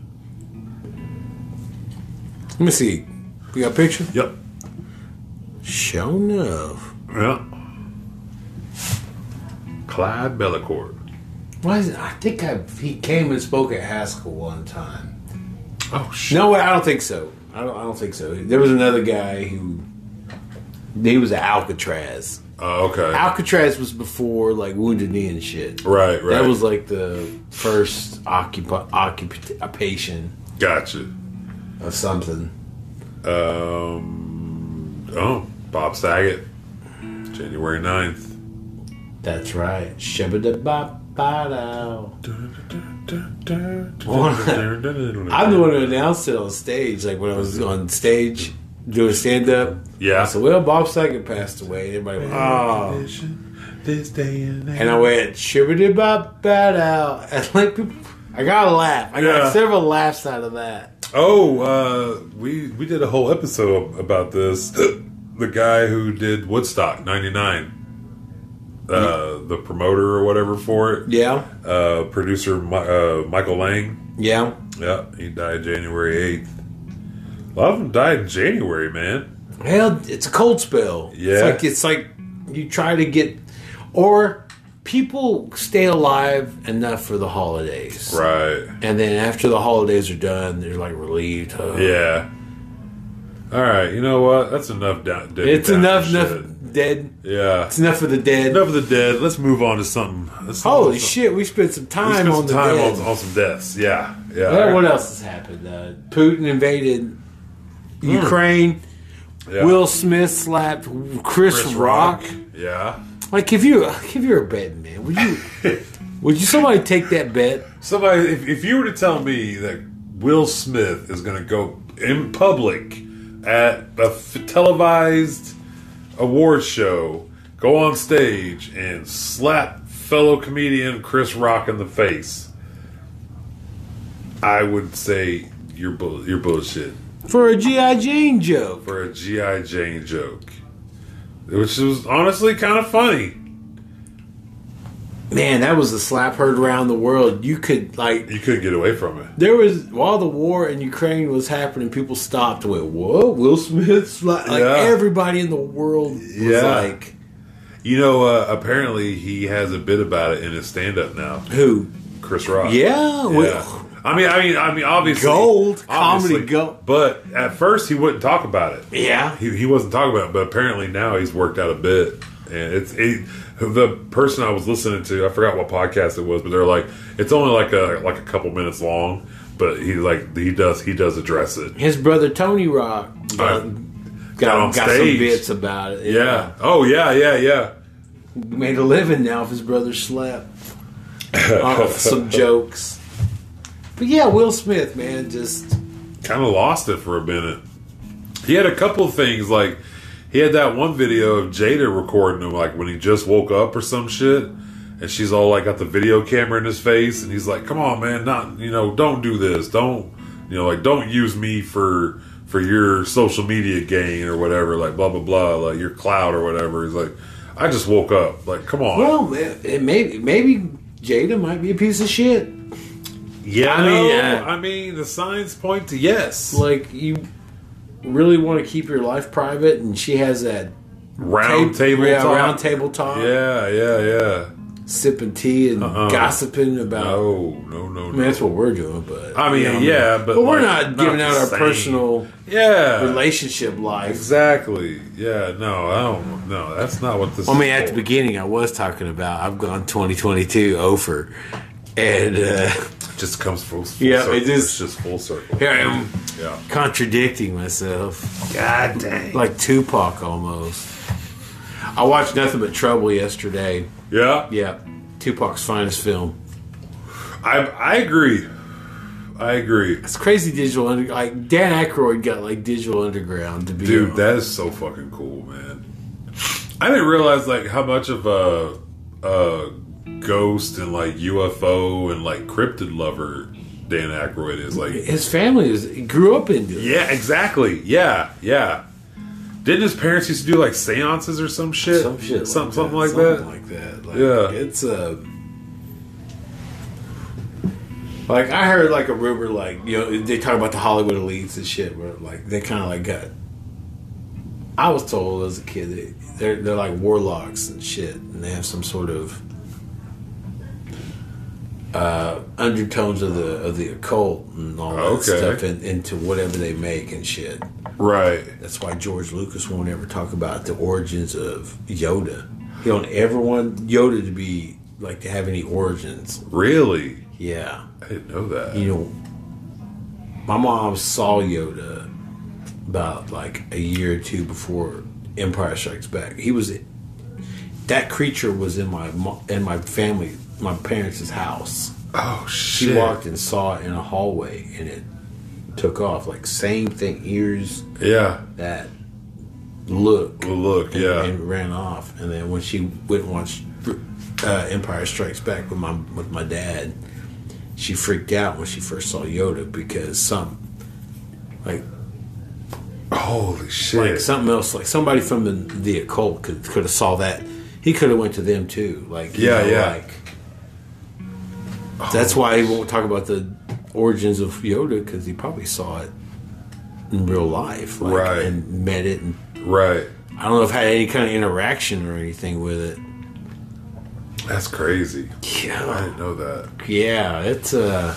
Speaker 1: let me see. You got a picture?
Speaker 2: Yep.
Speaker 1: Show enough.
Speaker 2: Yeah. Clyde Bellacourt.
Speaker 1: Why is it, I think I, he came and spoke at Haskell one time.
Speaker 2: Oh shit.
Speaker 1: No, wait, I don't think so. I don't, I don't think so. There was another guy who he was at Alcatraz.
Speaker 2: Oh, okay.
Speaker 1: Alcatraz was before like Wounded Knee and shit.
Speaker 2: right, right.
Speaker 1: That was like the first occupa- occupation
Speaker 2: gotcha.
Speaker 1: of something.
Speaker 2: Oh, Bob Saget. January 9th.
Speaker 1: That's right. Shabba bop ba I'm
Speaker 2: I'm
Speaker 1: the one who announced it on stage, like when I was on stage doing stand up.
Speaker 2: Yeah.
Speaker 1: So, well, Bob Saget passed away. And everybody went, oh.
Speaker 2: This day and
Speaker 1: And I went, shibbity bop bat out. And like, people, I got a laugh. I got
Speaker 2: Yeah.
Speaker 1: several laughs out of that.
Speaker 2: Oh, uh, we we did a whole episode about this. the guy who did Woodstock '99, uh, the promoter or whatever for it,
Speaker 1: Mm-hmm. Yeah.
Speaker 2: uh, producer Mi- uh, Michael Lang.
Speaker 1: Yeah.
Speaker 2: Yeah, he died January 8th. A lot of them died in January, man.
Speaker 1: Well, it's a cold spell.
Speaker 2: Yeah.
Speaker 1: It's like, it's like you try to get, or people stay alive enough for the holidays.
Speaker 2: Right.
Speaker 1: And then after the holidays are done, they're like relieved. Oh, huh?
Speaker 2: Yeah. All right. You know what? That's enough. Down. dead
Speaker 1: It's
Speaker 2: down
Speaker 1: enough,
Speaker 2: shit.
Speaker 1: enough dead.
Speaker 2: Yeah.
Speaker 1: It's enough for the dead.
Speaker 2: Enough of the dead. Let's move on to something. Let's
Speaker 1: Holy
Speaker 2: let's-
Speaker 1: shit, we spent some
Speaker 2: let's
Speaker 1: time
Speaker 2: spend
Speaker 1: on
Speaker 2: some
Speaker 1: the
Speaker 2: time
Speaker 1: dead.
Speaker 2: on, on some deaths. Yeah. Yeah.
Speaker 1: Well, what else has happened? Uh, Putin invaded
Speaker 2: Hmm.
Speaker 1: Ukraine.
Speaker 2: Yeah.
Speaker 1: Will Smith slapped Chris,
Speaker 2: Chris
Speaker 1: Rock.
Speaker 2: Yeah.
Speaker 1: Like if you if you're a betting man, would you would you somebody take that bet?
Speaker 2: Somebody, if, if you were to tell me that Will Smith is going to go in public at a f- televised award show, go on stage and slap fellow comedian Chris Rock in the face, I would say you're bull- you're bullshit
Speaker 1: For a GI Jane joke.
Speaker 2: for a GI Jane joke, which was honestly kind of funny.
Speaker 1: Man, that was a slap heard around the world. You could like
Speaker 2: You couldn't get away from it.
Speaker 1: there was while the war in Ukraine was happening, people stopped and went, "Whoa, Will Smith!" Sla-. Like
Speaker 2: Yeah.
Speaker 1: everybody in the world was
Speaker 2: Yeah.
Speaker 1: like,
Speaker 2: You know, uh, apparently he has a bit about it in his stand up now.
Speaker 1: "Who?
Speaker 2: Chris Rock.
Speaker 1: Yeah,
Speaker 2: Yeah.
Speaker 1: well,
Speaker 2: I mean, I mean, I mean, obviously,
Speaker 1: Gold.
Speaker 2: obviously,
Speaker 1: Comedy gold.
Speaker 2: But at first, he wouldn't talk about it.
Speaker 1: yeah."
Speaker 2: He, he wasn't talking about it. But apparently now he's worked out a bit, and it's it, the person I was listening to. I forgot what podcast it was, but they're like, it's only like a like a couple minutes long. But he like he does he does address it.
Speaker 1: His brother Tony Rock got,
Speaker 2: Uh, got on
Speaker 1: got, got some
Speaker 2: stage.
Speaker 1: bits about it.
Speaker 2: Yeah. Oh yeah. Yeah. Yeah.
Speaker 1: made a living now if his brother slept off of some jokes. But yeah, Will Smith, man, just
Speaker 2: kind of lost it for a minute. He had a couple of things like he had that one video of Jada recording him like when he just woke up or some shit, and she's all like got the video camera in his face, and he's like, "Come on, man, not you know, don't do this, don't you know, like don't use me for for your social media gain or whatever, like blah blah blah, like your cloud or whatever." He's like, "I just woke up, like come on,
Speaker 1: well, it, it may, maybe Jada might be a piece of shit.
Speaker 2: yeah,
Speaker 1: I
Speaker 2: I
Speaker 1: mean,
Speaker 2: mean,
Speaker 1: yeah.
Speaker 2: I mean, the signs point to yes,
Speaker 1: Like you really want to keep your life private, and she has that
Speaker 2: round
Speaker 1: tape-
Speaker 2: table,
Speaker 1: yeah,
Speaker 2: talk.
Speaker 1: round table talk,
Speaker 2: yeah, yeah, yeah.
Speaker 1: sipping tea and gossiping about.
Speaker 2: No, no, no,
Speaker 1: I mean,
Speaker 2: no.
Speaker 1: that's what we're doing, but
Speaker 2: I mean,
Speaker 1: you know,
Speaker 2: yeah, but,
Speaker 1: but we're
Speaker 2: like,
Speaker 1: not giving out
Speaker 2: the
Speaker 1: our
Speaker 2: same. Uh,
Speaker 1: personal
Speaker 2: yeah
Speaker 1: relationship life.
Speaker 2: exactly. Yeah, no, I don't. No, that's not what this.
Speaker 1: I mean,
Speaker 2: is
Speaker 1: at
Speaker 2: for.
Speaker 1: the beginning, I was talking about I've gone 2022 over, and uh,
Speaker 2: It just comes full. full
Speaker 1: Yeah,
Speaker 2: circle.
Speaker 1: it is-
Speaker 2: It's just full circle.
Speaker 1: here I am
Speaker 2: Yeah.
Speaker 1: contradicting myself,
Speaker 2: God dang.
Speaker 1: like Tupac almost. I watched nothing but Trouble yesterday.
Speaker 2: Yeah,
Speaker 1: Yeah, Tupac's finest film.
Speaker 2: I I agree. I agree,
Speaker 1: It's crazy digital under like Dan Aykroyd got like digital underground to be
Speaker 2: dude.
Speaker 1: on.
Speaker 2: That is so fucking cool, man. I didn't realize like how much of a, a ghost and like UFO and like cryptid lover Dan Aykroyd is. Like
Speaker 1: his family is grew up into it.
Speaker 2: Yeah, exactly. Yeah, yeah. Didn't his parents used to do like seances or some shit?
Speaker 1: some shit, like
Speaker 2: Something, something
Speaker 1: that.
Speaker 2: like that.
Speaker 1: something like that. Like,
Speaker 2: Yeah.
Speaker 1: it's uh, a. Like I heard like a rumor, like you know they talk about the Hollywood elites and shit, where like they kind of like got I was told as a kid that they're they're like warlocks and shit, and they have some sort of uh, undertones of the of the occult and all that
Speaker 2: Okay.
Speaker 1: stuff in, into whatever they make and shit.
Speaker 2: Right.
Speaker 1: That's why George Lucas won't ever talk about the origins of Yoda. He don't ever want Yoda to be like to have any origins.
Speaker 2: Really?
Speaker 1: Yeah,
Speaker 2: I didn't know that.
Speaker 1: you know, my mom saw Yoda about like a year or two before Empire Strikes Back. He was that creature was in my mo- in my family, my parents' house.
Speaker 2: Oh
Speaker 1: She
Speaker 2: shit!
Speaker 1: walked and saw it in a hallway, and it took off. Like same thing, ears
Speaker 2: Yeah.
Speaker 1: that look.
Speaker 2: Well, look. Yeah.
Speaker 1: and ran off. And then when she went and watched uh, Empire Strikes Back with my with my dad, she freaked out when she first saw Yoda because some like
Speaker 2: Holy
Speaker 1: like
Speaker 2: shit!
Speaker 1: something else like somebody from the, the occult could could have saw that. He could have went to them too. Like you
Speaker 2: Yeah, yeah.
Speaker 1: like- that's why he won't talk about the origins of Yoda because he probably saw it in real life, like,
Speaker 2: Right.
Speaker 1: And met it and
Speaker 2: right.
Speaker 1: I don't know if I had any kind of interaction or anything with it.
Speaker 2: That's crazy. I
Speaker 1: Yeah,
Speaker 2: didn't know that.
Speaker 1: yeah, it's uh,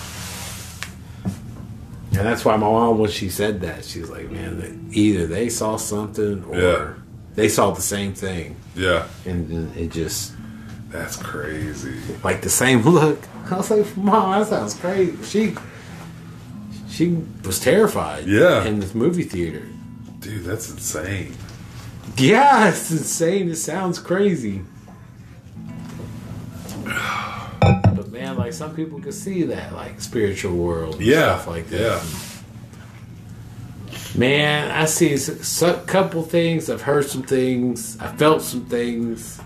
Speaker 1: and that's why my mom when she said that she's like, man, that either they saw something or
Speaker 2: Yeah.
Speaker 1: they saw the same thing,
Speaker 2: Yeah.
Speaker 1: and then it just
Speaker 2: That's crazy.
Speaker 1: like the same look. I was like, mom, that sounds crazy. She she was terrified.
Speaker 2: Yeah.
Speaker 1: in this movie theater.
Speaker 2: Dude, that's insane.
Speaker 1: Yeah, it's insane. It sounds crazy. But man, like some people can see that, like spiritual world, and
Speaker 2: Yeah.
Speaker 1: stuff like
Speaker 2: yeah.
Speaker 1: that. Man, I see a couple things. I've heard some things. I felt some things.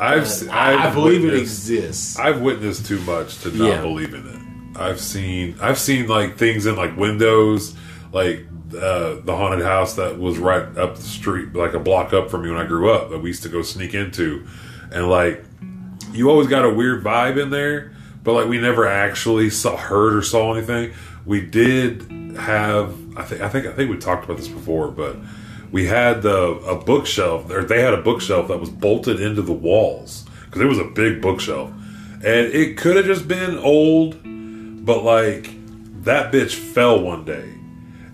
Speaker 2: I've,
Speaker 1: but
Speaker 2: se- I've
Speaker 1: I, I believe it
Speaker 2: witnessed-
Speaker 1: exists.
Speaker 2: I've witnessed too much to not
Speaker 1: Yeah.
Speaker 2: believe in it. I've seen I've seen like things in like windows, like uh, the haunted house that was right up the street, like a block up from me when I grew up that we used to go sneak into, and like you always got a weird vibe in there, but like we never actually saw, heard or saw anything. We did have I think I think I think we talked about this before, but we had the a bookshelf or they had a bookshelf that was bolted into the walls because it was a big bookshelf, and it could have just been old, but like that bitch fell one day,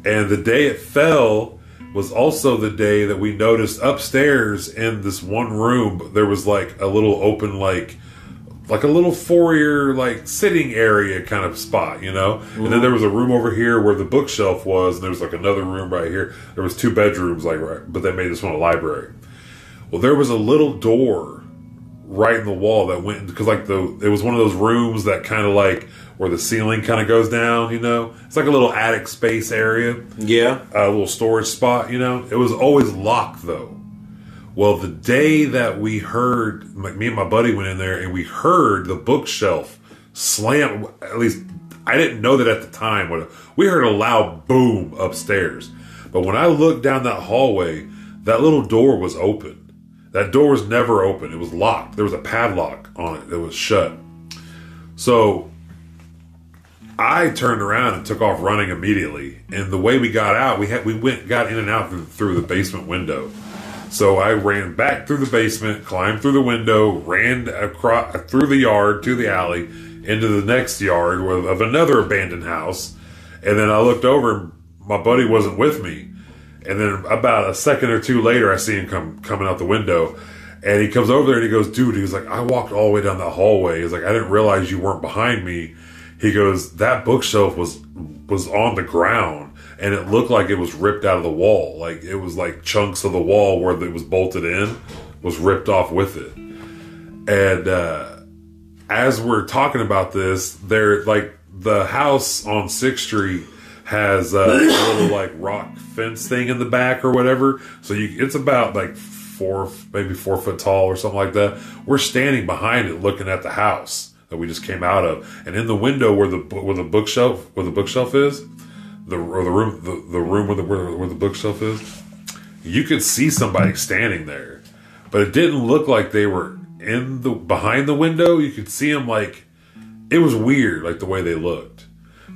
Speaker 2: and the day it fell was also the day that we noticed upstairs in this one room there was like a little open like like a little foyer like sitting area kind of spot you know and then there was a room over here where the bookshelf was and there was like another room right here there was two bedrooms like right but they made this one a library well there was a little door right in the wall that went because like the it was one of those rooms that kind of like where the ceiling kind of goes down you know it's like a little attic space area
Speaker 1: yeah,
Speaker 2: a little storage spot, you know. It was always locked though. Well, the day that we heard, like me and my buddy went in there and we heard the bookshelf slam. At least I didn't know that at the time. But we heard a loud boom upstairs. But when I looked down that hallway, that little door was open. That door was never open. It was locked. There was a padlock on it that was shut. So I turned around and took off running immediately. And the way we got out, we had we went got in and out through, through the basement window. So I ran back through the basement, climbed through the window, ran across through the yard to the alley, into the next yard of, of another abandoned house, and then I looked over. and My buddy wasn't with me, and then about a second or two later, I see him come coming out the window, and he comes over there and he goes, "Dude," he was like, "I walked all the way down the hallway." He's like, "I didn't realize you weren't behind me." He goes, "That bookshelf was was on the ground, and it looked like it was ripped out of the wall. Like it was like chunks of the wall where it was bolted in was ripped off with it." And uh, as we're talking about this, there like the house on Sixth Street has uh, a little like rock fence thing in the back or whatever. So you, it's about like four, maybe four foot tall or something like that. We're standing behind it, looking at the house that we just came out of, and in the window where the bo- where the bookshelf where the bookshelf is, the or the room the, the room where the where, where the bookshelf is, you could see somebody standing there, but it didn't look like they were in the behind the window. You could see them like it was weird, like the way they looked.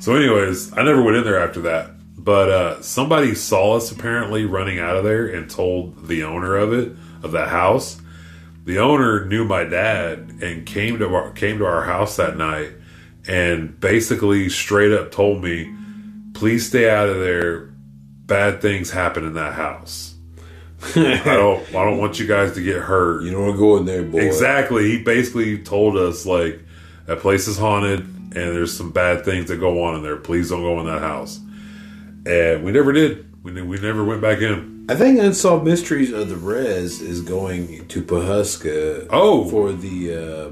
Speaker 2: So, anyways, I never went in there after that, But uh, somebody saw us apparently running out of there and told the owner of it of that house. The owner knew my dad and came to our, came to our house that night and basically straight up told me, "Please stay out of there. Bad things happen in that house. I don't I don't want you guys to get hurt."
Speaker 1: You don't want to go in there, boy.
Speaker 2: Exactly. He basically told us like that place is haunted and there's some bad things that go on in there. Please don't go in that house. And we never did. We ne- we never went back in.
Speaker 1: I think Unsolved Mysteries of the Res is going to Pahuska.
Speaker 2: Oh.
Speaker 1: for the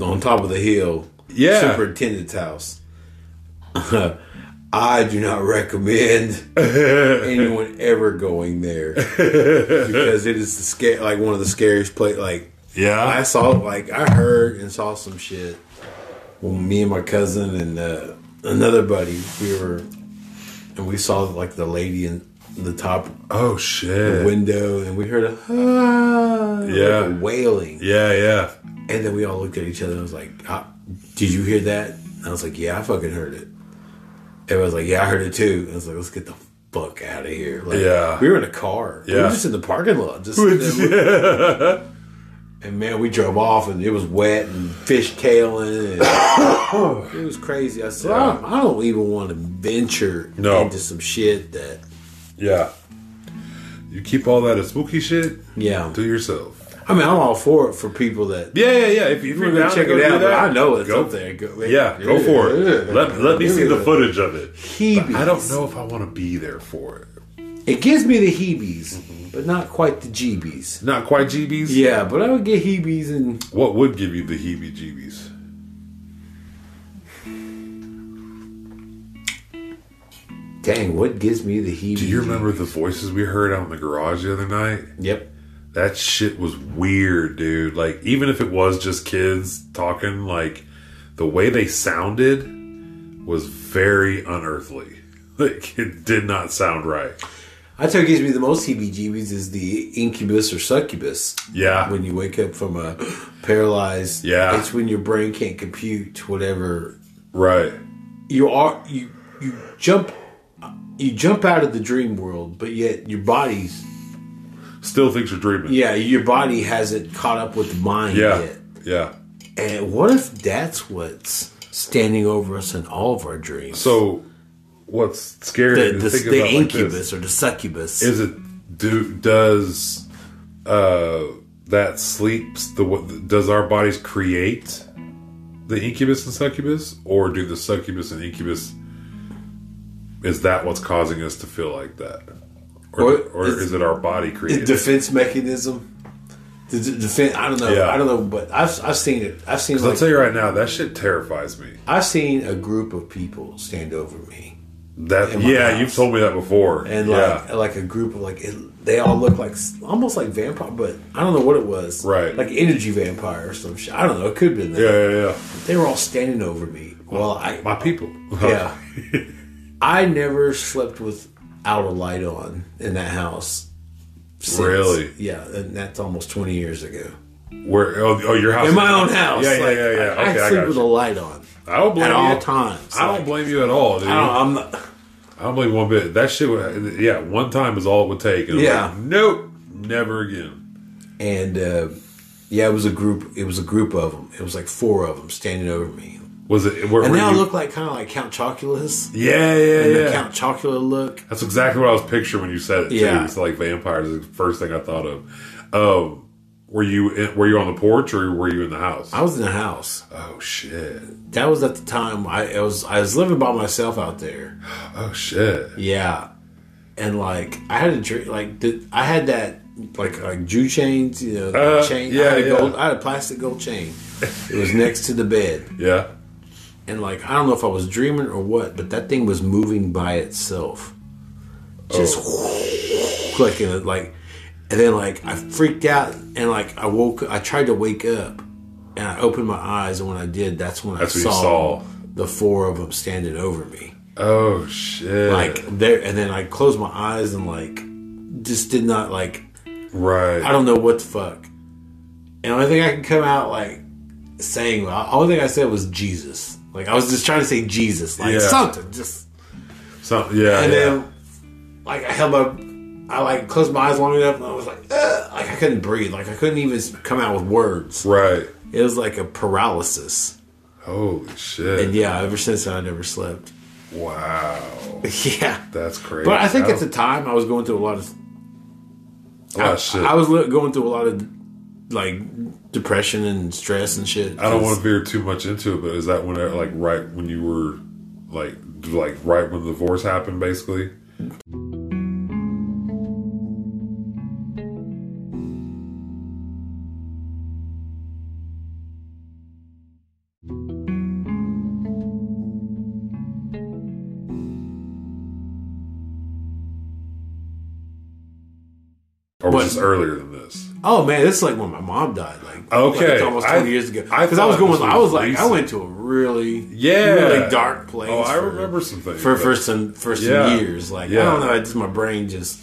Speaker 1: uh, on top of the hill.
Speaker 2: Yeah.
Speaker 1: superintendent's house. I do not recommend anyone ever going there because it is the scare like one of the scariest place. Like I
Speaker 2: Yeah.
Speaker 1: saw, like I heard and saw some shit. When me and my cousin and uh, another buddy, we were, and we saw like the lady in the top
Speaker 2: Oh shit.
Speaker 1: window, and we heard a ah,
Speaker 2: Yeah.
Speaker 1: like a wailing,
Speaker 2: yeah, yeah.
Speaker 1: and then we all looked at each other. and I was like, ah, "Did you hear that?" And I was like, "Yeah, I fucking heard it." Everyone's like, "Yeah, I heard it too." And I was like, "Let's get the." Fuck out of here! Like,
Speaker 2: Yeah.
Speaker 1: we were in a car. we
Speaker 2: Yeah.
Speaker 1: were just in the parking lot. Just
Speaker 2: yeah.
Speaker 1: And man, we drove off and it was wet and fish tailing. And it was crazy. I said, I, don't, I don't even want to venture
Speaker 2: No.
Speaker 1: into some shit that,
Speaker 2: Yeah. You keep all that spooky shit
Speaker 1: yeah.
Speaker 2: to yourself.
Speaker 1: I mean, I'm all for it for people that
Speaker 2: Yeah, yeah, yeah. If, if
Speaker 1: we're
Speaker 2: you're
Speaker 1: going
Speaker 2: down
Speaker 1: to
Speaker 2: to
Speaker 1: check
Speaker 2: go
Speaker 1: it
Speaker 2: do
Speaker 1: out, but
Speaker 2: that,
Speaker 1: I know it's
Speaker 2: go.
Speaker 1: up there. Go,
Speaker 2: Yeah, go for it.
Speaker 1: Yeah.
Speaker 2: Let, let me see the footage of it.
Speaker 1: Heebies.
Speaker 2: I don't know if I want to be there for it.
Speaker 1: It gives me the heebies, but not quite the jeebies.
Speaker 2: Not quite GBs.
Speaker 1: Yeah, but I would get heebies and
Speaker 2: What would give you the heebie jeebies?
Speaker 1: dang, what gives me the heebies?
Speaker 2: Do you remember the voices we heard out in the garage the other night?
Speaker 1: Yep.
Speaker 2: That shit was weird, dude. Like, even if it was just kids talking, like, the way they sounded was very unearthly. Like, it did not sound right.
Speaker 1: I tell you, what gives me the most heebie-jeebies is the incubus or succubus.
Speaker 2: Yeah.
Speaker 1: when you wake up from a paralyzed
Speaker 2: Yeah.
Speaker 1: it's when your brain can't compute whatever
Speaker 2: Right.
Speaker 1: you are you you jump you jump out of the dream world but yet your body's
Speaker 2: Still thinks you're dreaming.
Speaker 1: yeah your body hasn't caught up with the mind
Speaker 2: Yeah.
Speaker 1: yet
Speaker 2: Yeah.
Speaker 1: and what if that's what's standing over us in all of our dreams
Speaker 2: So, what's scary
Speaker 1: the,
Speaker 2: to
Speaker 1: the,
Speaker 2: think
Speaker 1: the
Speaker 2: about like this
Speaker 1: incubus or the succubus
Speaker 2: is it do does uh that sleeps the what does our bodies create the incubus and succubus or do the succubus and incubus is that what's causing us to feel like that or,
Speaker 1: Or
Speaker 2: or
Speaker 1: is-
Speaker 2: is, it our body
Speaker 1: the
Speaker 2: creating
Speaker 1: defense mechanism the d- defense i don't know
Speaker 2: Yeah.
Speaker 1: i don't know but i've, I've seen it i've seen
Speaker 2: i'll
Speaker 1: like,
Speaker 2: tell you right now that shit terrifies me
Speaker 1: i've seen a group of people stand over me
Speaker 2: that
Speaker 1: my
Speaker 2: yeah
Speaker 1: house.
Speaker 2: you've told me that before
Speaker 1: and
Speaker 2: yeah
Speaker 1: like like a group of like it, they all look like s- almost like vampire, but I don't know what it was.
Speaker 2: Right.
Speaker 1: like energy vampire or some shit. I don't know. It could have been that.
Speaker 2: yeah yeah yeah
Speaker 1: They were all standing over me. Well, I
Speaker 2: my people
Speaker 1: yeah, I never slept without a light on in that house. since-
Speaker 2: Really?
Speaker 1: Yeah, and that's almost twenty years ago.
Speaker 2: where oh, oh your house
Speaker 1: In my own house,
Speaker 2: yeah yeah
Speaker 1: like,
Speaker 2: yeah, yeah.
Speaker 1: I, I
Speaker 2: okay i,
Speaker 1: sleep
Speaker 2: got
Speaker 1: with
Speaker 2: you.
Speaker 1: a light on
Speaker 2: I don't blame
Speaker 1: at all
Speaker 2: you
Speaker 1: times.
Speaker 2: i don't blame you at all dude
Speaker 1: I don't, I'm not,
Speaker 2: I don't believe one bit. That shit, would, yeah, one time is all it would take. And I'm
Speaker 1: Yeah.
Speaker 2: like, nope, never again.
Speaker 1: and uh, yeah, it was a group. It was a group of them. It was like four of them standing over me.
Speaker 2: Was it? Were,
Speaker 1: And
Speaker 2: were
Speaker 1: now I
Speaker 2: you-
Speaker 1: look like kind of like Count Chocula.
Speaker 2: Yeah, yeah,
Speaker 1: The
Speaker 2: yeah.
Speaker 1: Count Chocula look.
Speaker 2: That's exactly what I was picturing when you said it.
Speaker 1: Yeah.
Speaker 2: too. It's like vampires. Is the first thing I thought of. Um, were you in, were you on the porch or were you in the house?
Speaker 1: I was in the house.
Speaker 2: oh shit!
Speaker 1: That was at the time I, I was I was living by myself out there.
Speaker 2: Oh shit!
Speaker 1: Yeah, and like I had a drink. Like the, I had that like like Jew chains. You know, the
Speaker 2: Uh,
Speaker 1: chain. I
Speaker 2: yeah,
Speaker 1: had, a
Speaker 2: yeah.
Speaker 1: gold, I had a plastic gold chain. It was next to the bed,
Speaker 2: Yeah.
Speaker 1: and like I don't know if I was dreaming or what, but that thing was moving by itself, just
Speaker 2: Oh.
Speaker 1: clicking it like, and then like I freaked out and like I woke, I tried to wake up, and I opened my eyes, and when I did, that's when
Speaker 2: That's
Speaker 1: I
Speaker 2: what you
Speaker 1: saw,
Speaker 2: saw.
Speaker 1: the four of them standing over me,
Speaker 2: Oh shit!
Speaker 1: like there, and then I closed my eyes and like just did not like
Speaker 2: right.
Speaker 1: I don't know what the fuck, and the only thing I can come out like saying, well, only thing I said was Jesus. Like I was just trying to say Jesus, like
Speaker 2: Yeah.
Speaker 1: something, just
Speaker 2: So yeah,
Speaker 1: and
Speaker 2: yeah.
Speaker 1: then like I held up, I like closed my eyes long enough, and I was like, Ugh! like I couldn't breathe, like I couldn't even s- come out with words.
Speaker 2: right.
Speaker 1: It was like a paralysis.
Speaker 2: Holy shit!
Speaker 1: And yeah, ever since then, I never slept.
Speaker 2: wow,
Speaker 1: yeah,
Speaker 2: that's crazy.
Speaker 1: but I think
Speaker 2: That
Speaker 1: at the time I was going through a lot of,
Speaker 2: was a lot of shit.
Speaker 1: I was li- going through a lot of like depression and stress and shit.
Speaker 2: I don't want to veer too much into it, but is that when, like, right when you were, like, d- like right when the divorce happened, basically? Or was
Speaker 1: What?
Speaker 2: this earlier than this?
Speaker 1: Oh man, this is like when my mom died. Like
Speaker 2: Okay,
Speaker 1: like, it's almost twenty
Speaker 2: I-
Speaker 1: years ago.
Speaker 2: I
Speaker 1: Because I, was
Speaker 2: thought
Speaker 1: going,
Speaker 2: this was
Speaker 1: I was like, I
Speaker 2: recent.
Speaker 1: went to a really,
Speaker 2: Yeah.
Speaker 1: really dark place.
Speaker 2: Oh, I
Speaker 1: for-
Speaker 2: remember some things.
Speaker 1: for
Speaker 2: but-
Speaker 1: for some for some
Speaker 2: Yeah.
Speaker 1: years. Like I
Speaker 2: Yeah.
Speaker 1: don't know, it's my brain just.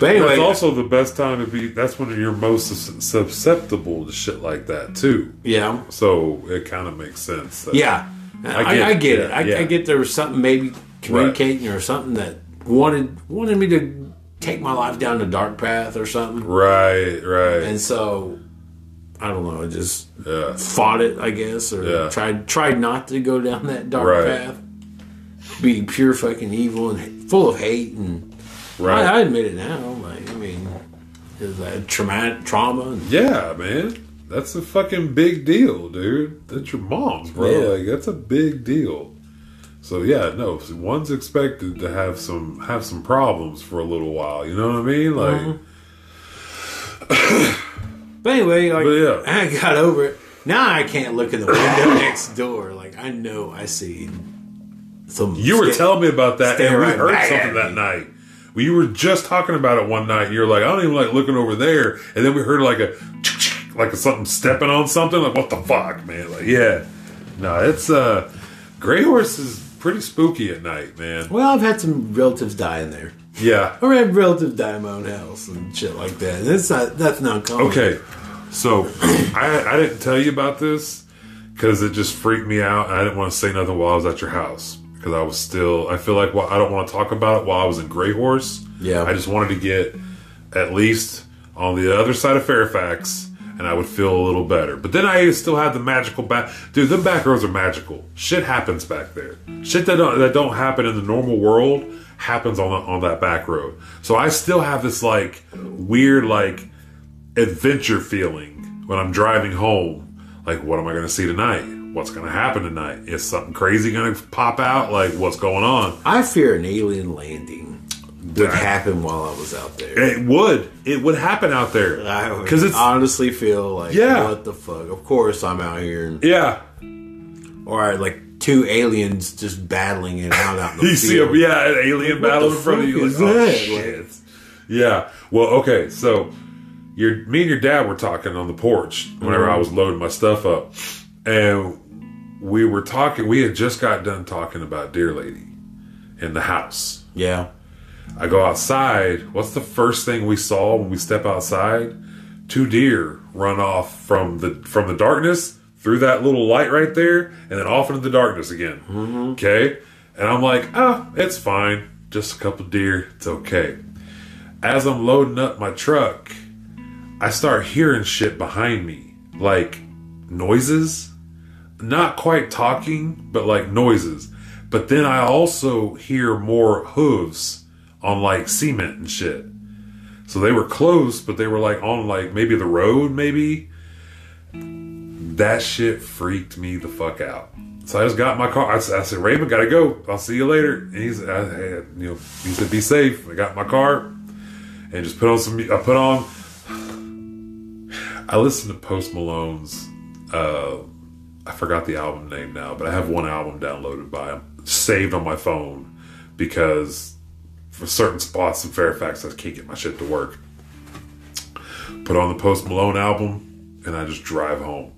Speaker 1: But anyway,
Speaker 2: That's also the best time to be. That's when you're most sus- susceptible to shit like that too.
Speaker 1: yeah,
Speaker 2: So it kind of makes sense. that-
Speaker 1: yeah, I, I get,
Speaker 2: get it.
Speaker 1: it. I,
Speaker 2: Yeah,
Speaker 1: I
Speaker 2: yeah.
Speaker 1: get there was something maybe communicating or something that wanted wanted me to take my life down the dark path or something,
Speaker 2: Right. Right.
Speaker 1: and so I don't know, I just uh,
Speaker 2: yeah.
Speaker 1: fought it, I guess, or
Speaker 2: Yeah.
Speaker 1: tried tried not to go down that dark
Speaker 2: Right.
Speaker 1: path. Be pure fucking evil and full of hate and
Speaker 2: Right.
Speaker 1: I, I admit it now. Like, I mean, is that traumatic trauma? And,
Speaker 2: yeah, man. That's a fucking big deal, dude. That's your mom's, bro.
Speaker 1: Yeah.
Speaker 2: Like that's a big deal. So yeah, no. if One's expected to have some have some problems for a little while. You know what I mean? Like,
Speaker 1: Uh-huh. but anyway, like,
Speaker 2: But yeah.
Speaker 1: I got over it. Now I can't look in the window next door. Like, I know I see some.
Speaker 2: You were
Speaker 1: sca-
Speaker 2: telling me about that,
Speaker 1: stare
Speaker 2: and we
Speaker 1: right
Speaker 2: heard
Speaker 1: back at
Speaker 2: something that night. We were just talking about it one night. and You're like, I don't even like looking over there, and then we heard like a like something stepping on something. Like, what the fuck, man? Like, yeah, no, it's uh, gray horse is pretty spooky at night, man.
Speaker 1: Well, I've had some relatives die in there.
Speaker 2: Yeah.
Speaker 1: Or had relatives die in my own house and shit like that. And it's not that's not common.
Speaker 2: Okay, so I I didn't tell you about this because it just freaked me out, and I didn't want to say nothing while I was at your house because I was still. I feel like well, I don't want to talk about it while I was in Gray Horse.
Speaker 1: Yeah.
Speaker 2: I just wanted to get at least on the other side of Fairfax, and I would feel a little better. But then I still had the magical back. Dude, the back roads are magical. Shit happens back there. Shit that don't, that don't happen in the normal world happens on the, on that back road. So I still have this like weird like adventure feeling when I'm driving home. Like, what am I going to see tonight? What's going to happen tonight? Is something crazy going to pop out? Like, what's going on?
Speaker 1: I fear an alien landing would
Speaker 2: That-
Speaker 1: happen while I was out there.
Speaker 2: It would. It would happen out there.
Speaker 1: I would
Speaker 2: Because it's.
Speaker 1: honestly feel like,
Speaker 2: Yeah.
Speaker 1: what the fuck? Of course I'm out here and
Speaker 2: yeah.
Speaker 1: or like two aliens just battling it out out in the
Speaker 2: You see a,
Speaker 1: field.
Speaker 2: yeah, an alien
Speaker 1: What
Speaker 2: battle
Speaker 1: the
Speaker 2: in front of
Speaker 1: fuck
Speaker 2: you. Like,
Speaker 1: is
Speaker 2: oh,
Speaker 1: that?
Speaker 2: shit. Yeah. Well, okay. So, your me and your dad were talking on the porch whenever
Speaker 1: Mm-hmm.
Speaker 2: I was loading my stuff up, and we were talking. We had just got done talking about Dear Lady in the house.
Speaker 1: yeah,
Speaker 2: I go outside. What's the first thing we saw when we step outside? Two deer run off from the from the darkness through that little light right there, and then off into the darkness again. Okay, and I'm like, ah, it's fine. Just a couple deer. It's okay. As I'm loading up my truck, I start hearing shit behind me, like noises not quite talking, but like noises. But then I also hear more hooves on like cement and shit. So they were close, but they were like on like maybe the road, maybe. That shit freaked me the fuck out. So I just got in my car. I, s- I said, Raymond, gotta go. I'll see you later. And he's, I, I, you know, he said, be safe. I got in my car and just put on some. I put on. I listened to Post Malone's. Uh, I forgot the album name now, but I have one album downloaded by him, saved on my phone, because for certain spots in Fairfax, I can't get my shit to work. Put on the Post Malone album, and I just drive home.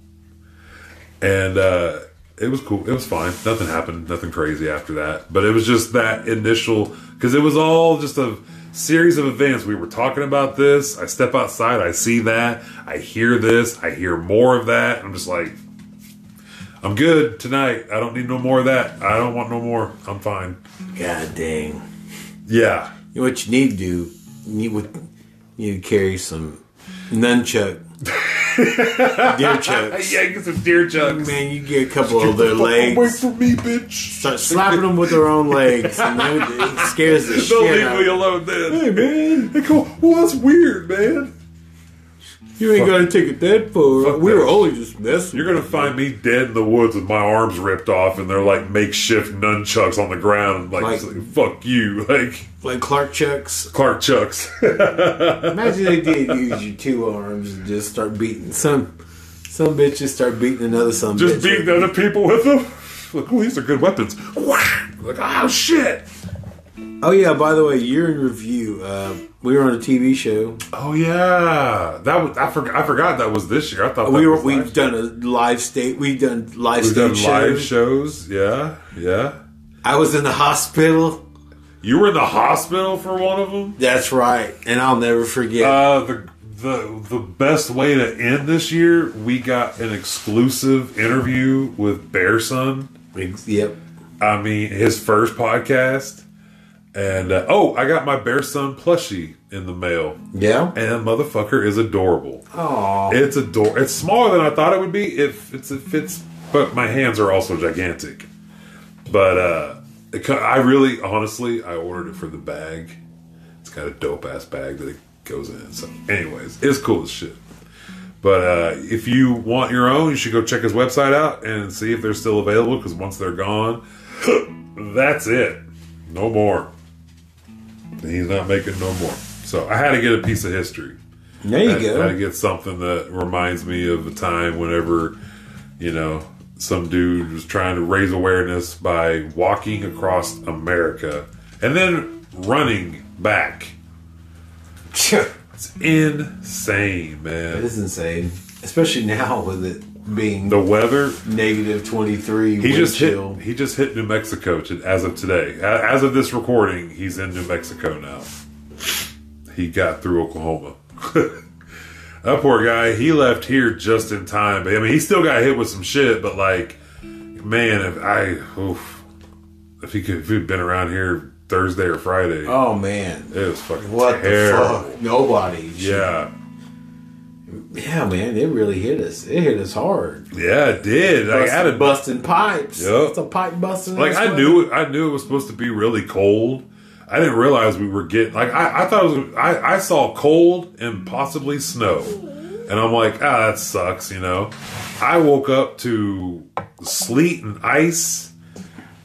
Speaker 2: And uh, it was cool. It was fine. Nothing happened. Nothing crazy after that. But it was just that initial, because it was all just a series of events. We were talking about this. I step outside. I see that. I hear this. I hear more of that. I'm just like, I'm good tonight. I don't need no more of that. I don't want no more. I'm fine.
Speaker 3: God dang.
Speaker 2: Yeah.
Speaker 3: You know what you need to do? You need, would- you need to carry some nunchuck. Deer chucks.
Speaker 2: Yeah, get some deer chucks.
Speaker 3: Man, you get a couple of
Speaker 2: Get
Speaker 3: their
Speaker 2: the fuck Away
Speaker 3: legs.
Speaker 2: from me, bitch.
Speaker 3: Start slapping them with their own legs. And then it scares the
Speaker 2: Don't
Speaker 3: shit
Speaker 2: leave
Speaker 3: out
Speaker 2: me
Speaker 3: of
Speaker 2: alone then.
Speaker 3: Hey, man.
Speaker 2: They go, well, that's weird, man.
Speaker 3: You ain't got to take it that far.
Speaker 2: Fuck
Speaker 3: We
Speaker 2: that.
Speaker 3: were only just messing.
Speaker 2: You're gonna find me dead in the woods with my arms ripped off, and they're like makeshift nunchucks on the ground. Like,
Speaker 3: Like-
Speaker 2: it's like, fuck you, like
Speaker 3: Like Clark Chucks.
Speaker 2: Clark Chucks.
Speaker 3: Imagine they did use your two arms and just start beating some some bitch just start beating another some
Speaker 2: Just
Speaker 3: bitch.
Speaker 2: beating other people with them. Like, oh, these are good weapons. Whack! Like, oh shit.
Speaker 3: Oh yeah, by the way, year in review. Uh, we were on a TV show.
Speaker 2: Oh yeah, that was I forgot. I forgot that was this year. I thought
Speaker 3: We
Speaker 2: that
Speaker 3: were
Speaker 2: was
Speaker 3: we've
Speaker 2: last-
Speaker 3: done a live state. We've done live
Speaker 2: We've
Speaker 3: state
Speaker 2: done live
Speaker 3: shows.
Speaker 2: shows. Yeah, yeah.
Speaker 3: I was in the hospital.
Speaker 2: You were in the hospital for one of them.
Speaker 3: That's right, and I'll never forget.
Speaker 2: Uh, the the the best way to end this year, we got an exclusive interview with Bear Son.
Speaker 3: Ex- yep.
Speaker 2: I mean, his first podcast. And uh, oh, I got my Bear Son plushie in the mail,
Speaker 3: Yeah.
Speaker 2: and that motherfucker is adorable.
Speaker 3: Oh.
Speaker 2: It's adorable. It's smaller than I thought it would be. It fits. It fits. But my hands are also gigantic. But uh, it, co- I really, honestly, I ordered it for the bag. It's got a dope ass bag that it goes in. So, anyways, it's cool as shit. But uh, if you want your own, you should go check his website out and see if they're still available. Because once they're gone, that's it. No more. He's not making no more. So I had to get a piece of history.
Speaker 3: There you
Speaker 2: I Try to
Speaker 3: go.
Speaker 2: get something that reminds me of a time whenever, you know, some dude was trying to raise awareness by walking across America and then running back. It's insane,
Speaker 3: It
Speaker 2: man.
Speaker 3: is insane, especially now with it being
Speaker 2: The weather.
Speaker 3: negative twenty three.
Speaker 2: He just
Speaker 3: chill.
Speaker 2: hit. He just hit New Mexico to, as of today. A- As of this recording, he's in New Mexico now. He got through Oklahoma. that poor guy. He left here just in time. I mean, he still got hit with some shit, but like, man, if I, oof, if he could, if he'd been around here Thursday or Friday,
Speaker 3: Oh man.
Speaker 2: it was fucking
Speaker 3: What
Speaker 2: terrible.
Speaker 3: the fuck? Nobody.
Speaker 2: Yeah,
Speaker 3: Yeah, man, it really hit us. It hit us hard.
Speaker 2: yeah, it did. Like, I had a
Speaker 3: busting pipes.
Speaker 2: Yup.
Speaker 3: It's a pipe busting.
Speaker 2: Like I knew, I knew it was supposed to be really cold. I didn't realize we were getting like I, I thought it was. I, I saw cold and possibly snow, and I'm like, ah, that sucks. You know, I woke up to sleet and ice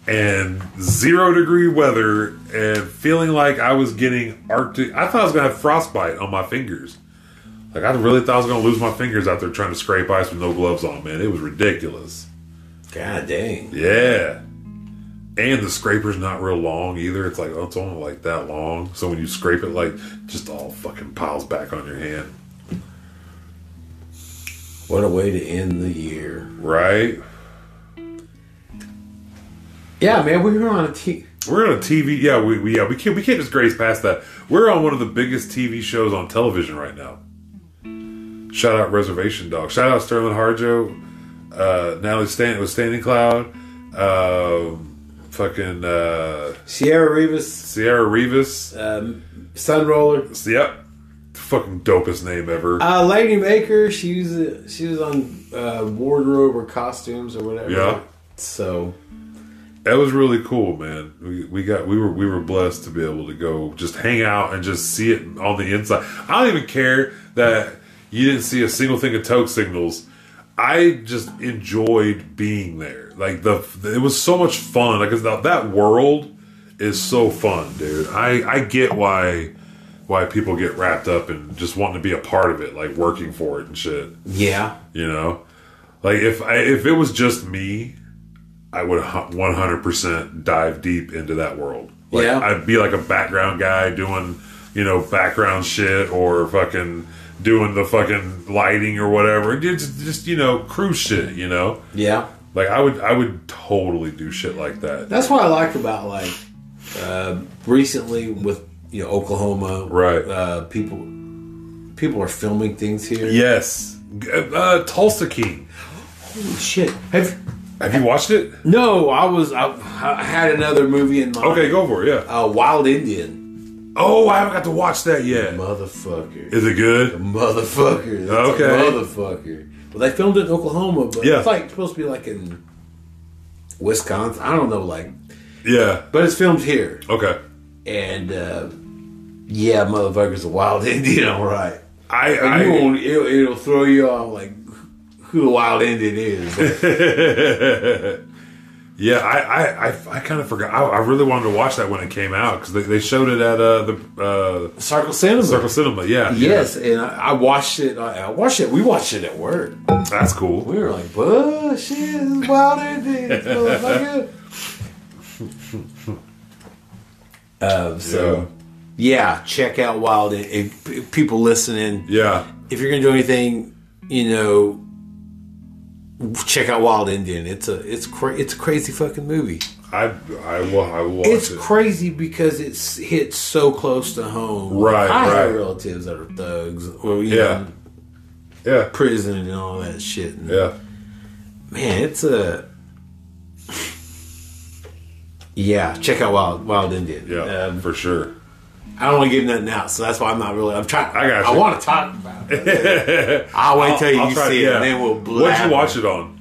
Speaker 2: and zero degree weather and feeling like I was getting arctic. I thought I was gonna have frostbite on my fingers. Like I really thought I was gonna lose my fingers out there trying to scrape ice with no gloves on. Man, it was ridiculous.
Speaker 3: God dang.
Speaker 2: Yeah. And the scraper's not real long either. It's like, oh, it's only like that long. So when you scrape it, like, just all fucking piles back on your hand.
Speaker 3: What a way to end the year.
Speaker 2: Right?
Speaker 3: Yeah, man, we were on a t-
Speaker 2: We're on a TV. Yeah, we, we, yeah, we can't, we can't just graze past that. We're on one of the biggest TV shows on television right now. Shout out Reservation Dog. Shout out Sterling Harjo. Uh, Natalie Stan with Standing Cloud. Um, fucking, uh,
Speaker 3: Sierra Rivas
Speaker 2: Sierra Rivas.
Speaker 3: um, Sun Roller.
Speaker 2: Yep. Fucking dopest name ever.
Speaker 3: Uh, Lady Maker, she was she was on uh, wardrobe or costumes or whatever.
Speaker 2: Yeah.
Speaker 3: So
Speaker 2: That was really cool, man. We, we got we were we were blessed to be able to go just hang out and just see it on the inside. I don't even care that you didn't see a single thing of toke signals. I just enjoyed being there. Like the it was so much fun. Like 'cause that that world is so fun, dude. I I get why why people get wrapped up and just wanting to be a part of it, like working for it and shit
Speaker 3: yeah,
Speaker 2: you know like if I, if it was just me i would hu- 100% dive deep into that world like
Speaker 3: Yeah.
Speaker 2: i'd be like a background guy doing you know background shit or fucking doing the fucking lighting or whatever just, just you know crew shit you know
Speaker 3: yeah.
Speaker 2: like i would i would totally do shit like that
Speaker 3: That's what I like about like uh, recently with you know Oklahoma.
Speaker 2: Right.
Speaker 3: Uh, people people are filming things here.
Speaker 2: yes uh, tulsa king
Speaker 3: Shit. Have
Speaker 2: Have you watched it?
Speaker 1: No, I was I, I had another movie in mind.
Speaker 2: Okay, go for it. Yeah.
Speaker 1: Uh, Wild Indian.
Speaker 2: Oh, I haven't got to watch that yet.
Speaker 1: Motherfucker.
Speaker 2: Is it good?
Speaker 1: Motherfucker. That's
Speaker 2: Okay.
Speaker 1: A motherfucker. Well, they filmed it in Oklahoma, but
Speaker 2: Yeah.
Speaker 1: it's like supposed to be like in Wisconsin. I don't know, like,
Speaker 2: Yeah.
Speaker 1: but it's filmed here.
Speaker 2: Okay.
Speaker 1: And uh, yeah, motherfucker's a wild Indian, all right.
Speaker 2: I,
Speaker 1: And you
Speaker 2: I
Speaker 1: won't, it'll, it'll throw you off like who the wild Indian is. Like,
Speaker 2: yeah I I, I, I kind of forgot. I, I really wanted to watch that when it came out because they, they showed it at uh, the uh,
Speaker 1: Circle Cinema.
Speaker 2: Circle Cinema. Yeah.
Speaker 1: Yes, and I, I watched it. I, I watched it. We watched it at work.
Speaker 2: Yeah. That's cool.
Speaker 1: We were like, "Buh, shit, this is wild Indians, motherfucker." um, so, yeah. check out Wild. In- If, if people listening,
Speaker 2: Yeah.
Speaker 1: if you're gonna do anything, you know, check out Wild Indian. It's a it's cra- it's a crazy fucking movie.
Speaker 2: I I will I will watch
Speaker 1: It's
Speaker 2: it.
Speaker 1: crazy because it's hit so close to home.
Speaker 2: Right,
Speaker 1: I
Speaker 2: right.
Speaker 1: have relatives that are thugs, or you
Speaker 2: Yeah.
Speaker 1: know,
Speaker 2: yeah.
Speaker 1: prison and all that shit. And
Speaker 2: Yeah.
Speaker 1: Man, it's a yeah. Check out Wild Wild Indian.
Speaker 2: Yeah.
Speaker 1: Um,
Speaker 2: for sure.
Speaker 1: I don't want to give nothing out, so that's why I'm not really. I'm trying.
Speaker 2: I got
Speaker 1: I
Speaker 2: you.
Speaker 1: want to talk about it. I'll wait till you
Speaker 2: I'll try-
Speaker 1: see it,
Speaker 2: yeah.
Speaker 1: and then we'll.
Speaker 2: What'd you
Speaker 1: blab.
Speaker 2: watch it on?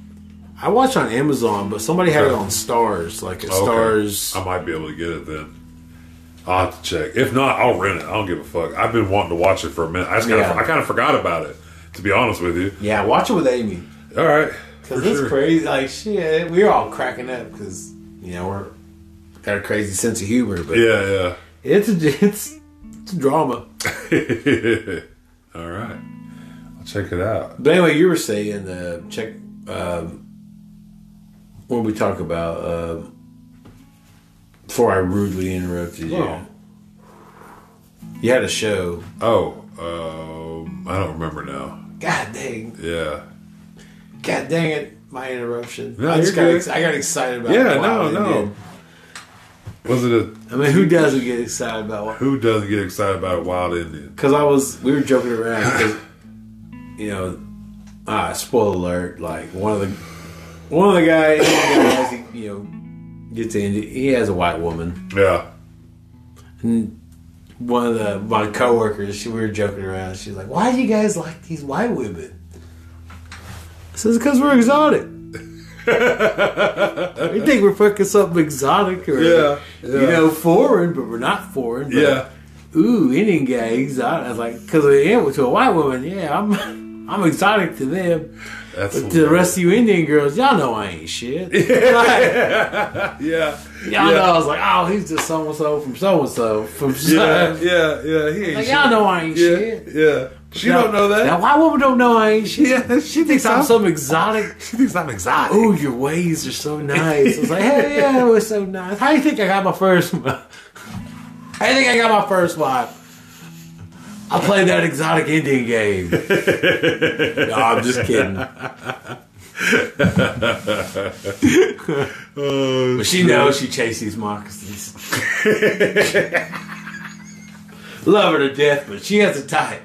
Speaker 1: I watched on Amazon, but somebody had
Speaker 2: Okay.
Speaker 1: it on Stars, like at
Speaker 2: Okay.
Speaker 1: Stars.
Speaker 2: I might be able to get it then. I'll have to check. If not, I'll rent it. I don't give a fuck. I've been wanting to watch it for a minute. I just kind
Speaker 1: Yeah.
Speaker 2: of I kind of forgot about it. To be honest with you.
Speaker 1: Yeah, watch it with Amy
Speaker 2: All right. For
Speaker 1: because it's
Speaker 2: sure.
Speaker 1: crazy. Like shit, we're all cracking up because you know we're got a crazy sense of humor, but
Speaker 2: Yeah,
Speaker 1: it's a, it's it's a drama.
Speaker 2: yeah. All right. I'll check it out.
Speaker 1: But anyway, you were saying uh, check um, when we talk about um, before I rudely interrupted you.
Speaker 2: Oh.
Speaker 1: You had a show.
Speaker 2: Oh, um, I don't remember now.
Speaker 1: God dang!
Speaker 2: Yeah.
Speaker 1: God dang it! My interruption.
Speaker 2: No,
Speaker 1: I
Speaker 2: you're
Speaker 1: just got
Speaker 2: good.
Speaker 1: ex- I got excited about.
Speaker 2: Yeah, no,
Speaker 1: Wild
Speaker 2: no.
Speaker 1: Indian.
Speaker 2: Was it a
Speaker 1: I mean, who doesn't get excited about?
Speaker 2: who doesn't get excited about a wild Indian?
Speaker 1: Because I was, we were joking around. 'cause, you know, ah, spoiler alert! Like one of the one of the guys, guys he, you know, gets into. He has a white woman.
Speaker 2: Yeah.
Speaker 1: one of the my coworkers, she, we were joking around. She's like, "Why do you guys like these white women?" I says, "Because we're exotic. we think we're fucking something exotic or
Speaker 2: Yeah.
Speaker 1: you know foreign, but we're not foreign. But,
Speaker 2: Yeah.
Speaker 1: Ooh, Indian guy exotic. I was like, because yeah, to a white woman, yeah, I'm I'm exotic to them.
Speaker 2: That's
Speaker 1: But to the rest of you Indian girls, y'all know I ain't shit. Like,
Speaker 2: Yeah.
Speaker 1: y'all know I was like, oh, he's just so and so from so and so from
Speaker 2: Yeah, yeah, yeah. He ain't
Speaker 1: Like,
Speaker 2: shit.
Speaker 1: y'all know I ain't
Speaker 2: yeah,
Speaker 1: shit.
Speaker 2: yeah. She don't know that.
Speaker 1: Now, why woman don't know I ain't shit?
Speaker 2: Yeah,
Speaker 1: she thinks I'm
Speaker 2: I'm-
Speaker 1: some exotic.
Speaker 2: She thinks I'm exotic.
Speaker 1: Oh, your ways are so nice. I was like, hey, yeah, it was so nice. How do you think I got my first? How do you think I got my first wife? I played that exotic Indian game. no, I'm just kidding. But she knows she chased these moccasins. Love her to death, but she has a type.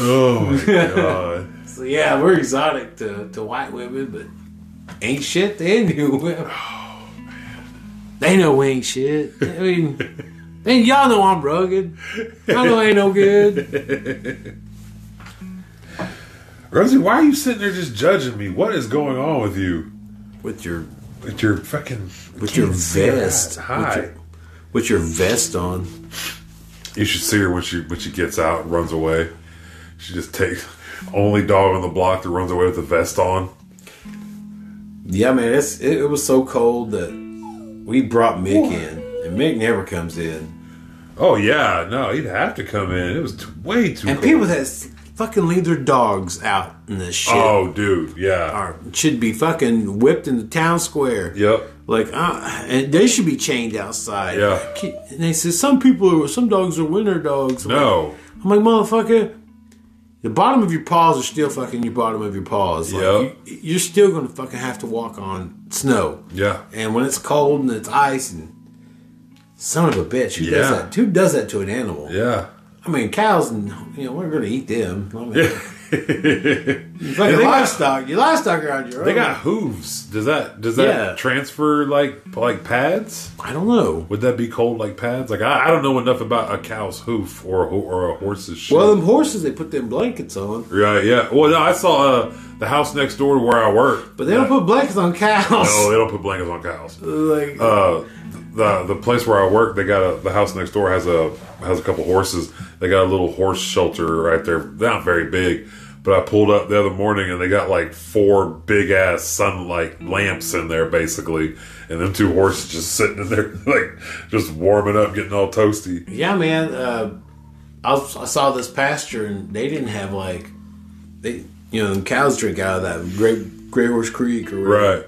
Speaker 2: Oh my god.
Speaker 1: So yeah, we're exotic to, to white women, but ain't shit to Indian women.
Speaker 2: Oh,
Speaker 1: They know we ain't shit. I mean, and y'all know I'm rugged. Y'all know I ain't no good.
Speaker 2: Rosie, why are you sitting there just judging me? What is going on with you?
Speaker 1: With your
Speaker 2: With your fucking
Speaker 1: with your
Speaker 2: Can't see her
Speaker 1: vest,
Speaker 2: eyes. Hi.
Speaker 1: With, your, with your vest on.
Speaker 2: You should see her when she when she gets out and runs away. She just takes only dog on the block that runs away with the vest on.
Speaker 1: Yeah, man, it's it, it was so cold that we brought Mick in, and Mick never comes in.
Speaker 2: Oh yeah, no, he'd have to come in. It was t- way too.
Speaker 1: And
Speaker 2: cold.
Speaker 1: people that s- fucking leave their dogs out in this shit
Speaker 2: Oh, dude, yeah,
Speaker 1: are should be fucking whipped in the town square.
Speaker 2: yep.
Speaker 1: Like, uh, and they should be chained outside.
Speaker 2: Yeah.
Speaker 1: And they said some people are, some dogs are winter dogs. I'm like-
Speaker 2: No,
Speaker 1: I'm like, motherfucker, the bottom of your paws are still fucking your bottom of your paws. Like,
Speaker 2: Yeah.
Speaker 1: you, you're still gonna fucking have to walk on snow.
Speaker 2: yeah,
Speaker 1: And when it's cold and it's ice and son of a bitch, who
Speaker 2: Yeah.
Speaker 1: does that? Who does that to an animal?
Speaker 2: yeah.
Speaker 3: I
Speaker 1: I
Speaker 3: mean, cows, and you know, we're going to eat them. I mean,
Speaker 2: they
Speaker 3: it's like
Speaker 2: And
Speaker 3: your
Speaker 2: they got-
Speaker 3: livestock. your livestock are on your own.
Speaker 2: got hooves. Does that does that
Speaker 3: Yeah.
Speaker 2: transfer like like pads?
Speaker 3: I don't know.
Speaker 2: Would that be cold like pads? Like I, I don't know enough about a cow's hoof or a, ho- or a horse's shoe.
Speaker 3: Well, them horses, they put them blankets on,
Speaker 2: right? Yeah. Well, no, I saw uh, the house next door to where I work,
Speaker 3: but they don't put blankets on cows.
Speaker 2: no, they don't put blankets on cows.
Speaker 3: like,
Speaker 2: Uh, the the place where I work, they got a, the house next door has a has a couple horses. They got a little horse shelter right there. They're not very big, but I pulled up the other morning and they got like four big ass sunlight lamps in there basically, and them two horses just sitting in there like just warming up, getting all toasty.
Speaker 3: Yeah, man. Uh, I, was- I saw this pasture, and they didn't have like they, you know, cows drink out of that Great Grey Horse Creek or whatever.
Speaker 2: Right.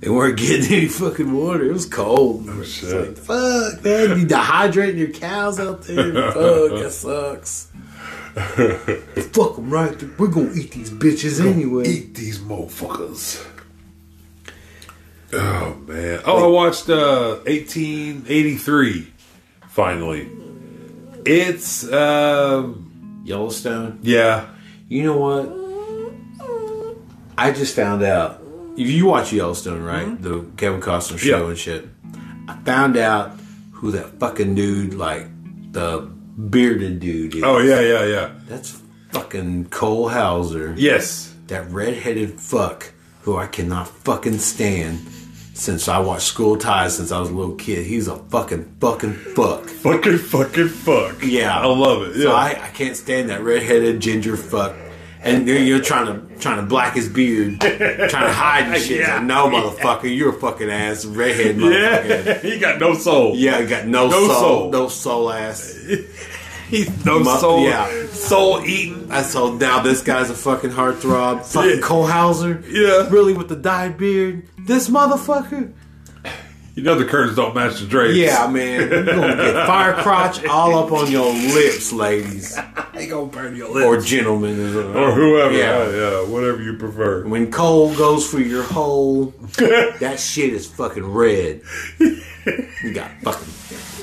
Speaker 3: They weren't getting any fucking water. It was cold. Oh
Speaker 2: shit.
Speaker 3: fuck, man! You dehydrating your cows out there? fuck, that sucks. fuck them right. th- We're gonna eat these bitches anyway.
Speaker 2: Eat these motherfuckers. Oh man. Oh, I watched uh 1883 finally. It's um
Speaker 3: Yellowstone.
Speaker 2: yeah.
Speaker 3: You know what? I just found out. If you watch Yellowstone, right? The Kevin Costner show
Speaker 2: Mm-hmm. Yeah.
Speaker 3: and shit. I found out who that fucking dude, like the bearded dude, is.
Speaker 2: Oh yeah, yeah, yeah.
Speaker 3: That's fucking Cole Hauser.
Speaker 2: Yes.
Speaker 3: that redheaded fuck who I cannot fucking stand since I watched School Ties since I was a little kid. He's a fucking fucking fuck.
Speaker 2: Fucking fucking fuck.
Speaker 3: Yeah.
Speaker 2: I love it. Yeah.
Speaker 3: So I, I can't stand that redheaded ginger fuck. And you're, you're trying to trying to black his beard, trying to hide and shit. It's like,
Speaker 2: Yeah.
Speaker 3: no, motherfucker, you're a fucking ass redhead motherfucker.
Speaker 2: yeah. he got no soul.
Speaker 3: Yeah, I got no,
Speaker 2: No
Speaker 3: soul,
Speaker 2: soul.
Speaker 3: no soul ass.
Speaker 2: He's no
Speaker 3: Mu-
Speaker 2: soul.
Speaker 3: yeah.
Speaker 2: Soul eating.
Speaker 3: I so now this guy's a fucking heartthrob, fucking
Speaker 2: Yeah.
Speaker 3: Cole Hauser.
Speaker 2: Yeah.
Speaker 3: really with the dyed beard, this motherfucker.
Speaker 2: You know the curtains don't match the drapes.
Speaker 3: Yeah, man. You're gonna get fire crotch all up on your lips, ladies.
Speaker 2: They gonna burn your
Speaker 3: Or
Speaker 2: lips.
Speaker 3: gentlemen. is it?
Speaker 2: Or, whoever.
Speaker 3: Yeah.
Speaker 2: Yeah. yeah, whatever you prefer.
Speaker 3: When coal goes for your hole, that shit is fucking red. You got fucking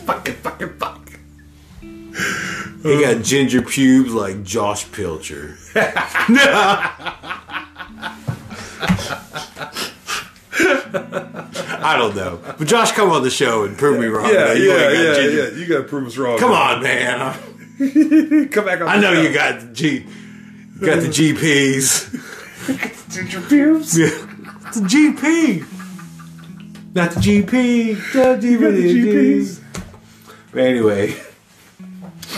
Speaker 2: Fucking fucking fuck. Uh.
Speaker 3: you got ginger pubes like Josh Pilcher. I don't know. But Josh come on the show and prove me wrong.
Speaker 2: Yeah,
Speaker 3: man. Oh, You
Speaker 2: yeah,
Speaker 3: ain't got
Speaker 2: yeah,
Speaker 3: ginger-
Speaker 2: yeah. You gotta prove us wrong.
Speaker 3: Come on, man.
Speaker 2: come back. On
Speaker 3: I know you got the G, you got the GPs.
Speaker 2: ginger pubes.
Speaker 3: Yeah. It's a GP, not the GP. The GPs. But anyway,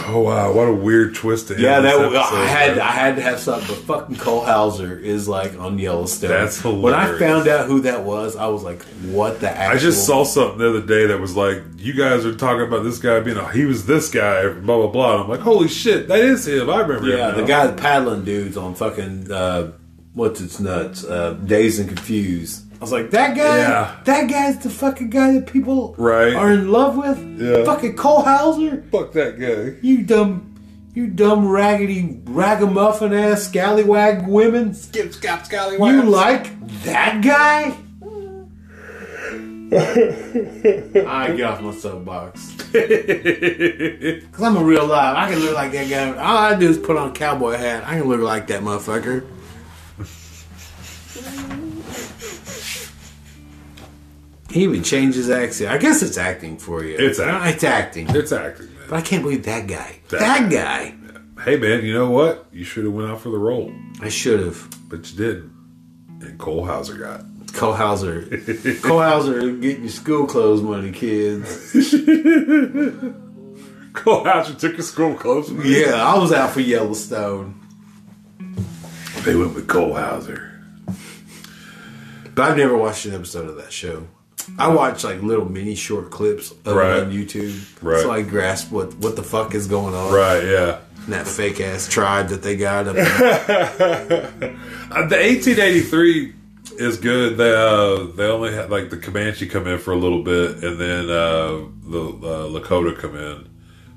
Speaker 2: Oh wow, what a weird twist to end
Speaker 3: yeah,
Speaker 2: this
Speaker 3: that
Speaker 2: episode,
Speaker 3: I had
Speaker 2: man.
Speaker 3: I had to have something. But fucking Cole Hauser is like on Yellowstone.
Speaker 2: That's
Speaker 3: When I
Speaker 2: hilarious.
Speaker 3: found out who that was, I was like, "What the?" Actual?
Speaker 2: I just saw something the other day that was like, you guys are talking about this guy being a he was this guy, blah blah blah. And I'm like, holy shit, that is him. I remember. him
Speaker 3: Yeah,
Speaker 2: now.
Speaker 3: the guy paddling dudes on fucking uh, what's its nuts, uh, Dazed and Confused. I was like, that guy,
Speaker 2: Yeah.
Speaker 3: that guy's the fucking guy that people
Speaker 2: Right.
Speaker 3: are in love with.
Speaker 2: Yeah.
Speaker 3: fucking Cole Hauser,
Speaker 2: Fuck that guy.
Speaker 3: you dumb, you dumb raggedy ragamuffin ass scallywag women.
Speaker 2: Skip, scap, scally.
Speaker 3: You like that guy? I get off my soapbox. Cause I'm a real live. I can look like that guy. All I do is put on a cowboy hat. I can look like that motherfucker. He even changed his accent. I guess it's acting for you.
Speaker 2: It's acting.
Speaker 3: It's acting.
Speaker 2: It's acting, man.
Speaker 3: But I can't believe that guy. That,
Speaker 2: That-
Speaker 3: guy.
Speaker 2: Hey man, you know what? You should have went out for the role,
Speaker 3: I should have.
Speaker 2: but you didn't. And Cole Hauser got.
Speaker 3: Cole Hauser. Cole Hauser getting your school clothes money, kids.
Speaker 2: Cole Hauser took his school clothes.
Speaker 3: Yeah, I was out for Yellowstone.
Speaker 2: They went with Cole Hauser.
Speaker 3: But I've never watched an episode of that show. I watch like little mini short clips of it
Speaker 2: Right.
Speaker 3: on YouTube.
Speaker 2: Right.
Speaker 3: So I grasp what, what the fuck is going on.
Speaker 2: Right? Yeah.
Speaker 3: And that fake ass tribe that they got up there.
Speaker 2: Uh, the 1883 is good. They uh, they only had like the Comanche come in for a little bit, and then uh, the uh, Lakota come in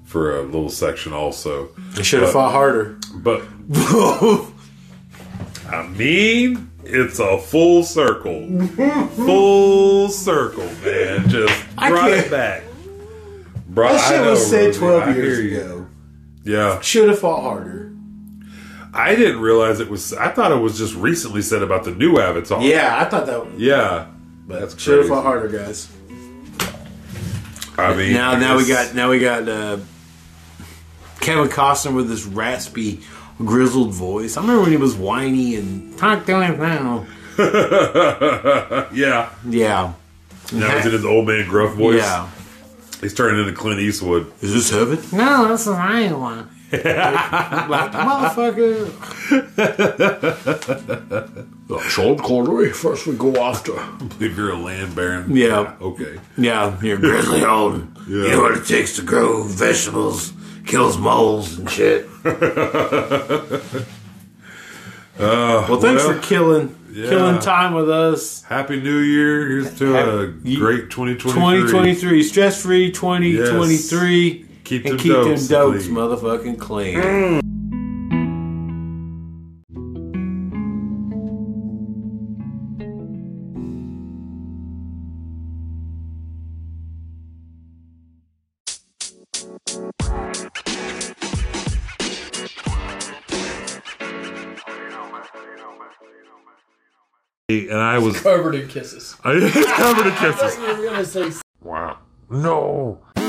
Speaker 2: for a little section also.
Speaker 3: They should have fought harder.
Speaker 2: But I mean, it's a full circle, full circle, man. Just
Speaker 3: I
Speaker 2: brought
Speaker 3: can't-
Speaker 2: it back. Bro,
Speaker 3: that shit
Speaker 2: I know,
Speaker 3: was said
Speaker 2: Rosie,
Speaker 3: 12
Speaker 2: I hear
Speaker 3: years
Speaker 2: you.
Speaker 3: ago.
Speaker 2: Yeah.
Speaker 3: Should have fought harder.
Speaker 2: I didn't realize it was. I thought it was just recently said about the new Avatar.
Speaker 3: Yeah, I thought that.
Speaker 2: Yeah.
Speaker 3: But
Speaker 2: That's
Speaker 3: should have
Speaker 2: crazy.
Speaker 3: fought harder, guys.
Speaker 2: I mean,
Speaker 3: Now, now we
Speaker 2: it's-
Speaker 3: got now we got uh, Kevin Costner with this raspy, grizzled voice. I remember when he was whiny and talk to him now.
Speaker 2: yeah.
Speaker 3: Yeah,
Speaker 2: Now he's in his old man gruff voice.
Speaker 3: yeah.
Speaker 2: He's turning into Clint Eastwood.
Speaker 3: Is this heaven?
Speaker 1: No, this is Iowa.
Speaker 3: Like motherfucker.
Speaker 2: Sean Connery.
Speaker 3: First we go after.
Speaker 2: If you're a land baron.
Speaker 3: Yeah.
Speaker 2: Okay.
Speaker 3: Yeah, you're grizzly old.
Speaker 2: Yeah.
Speaker 3: You know what it takes to grow vegetables, kills moles and shit.
Speaker 2: Uh,
Speaker 3: well, thanks
Speaker 2: well,
Speaker 3: for killing
Speaker 2: yeah.
Speaker 3: killing time with us.
Speaker 2: Happy New Year. Here's to a
Speaker 3: Happy- ye-
Speaker 2: great 2023.
Speaker 3: 2023, stress free 2023.
Speaker 2: Keep
Speaker 3: And
Speaker 2: them
Speaker 3: keep them
Speaker 2: dopes
Speaker 3: dopes
Speaker 2: clean.
Speaker 3: motherfucking clean.
Speaker 2: And I was
Speaker 4: Covered in kisses.
Speaker 2: I covered in
Speaker 4: I thought
Speaker 2: kisses.
Speaker 4: you were gonna say
Speaker 2: Wow. No.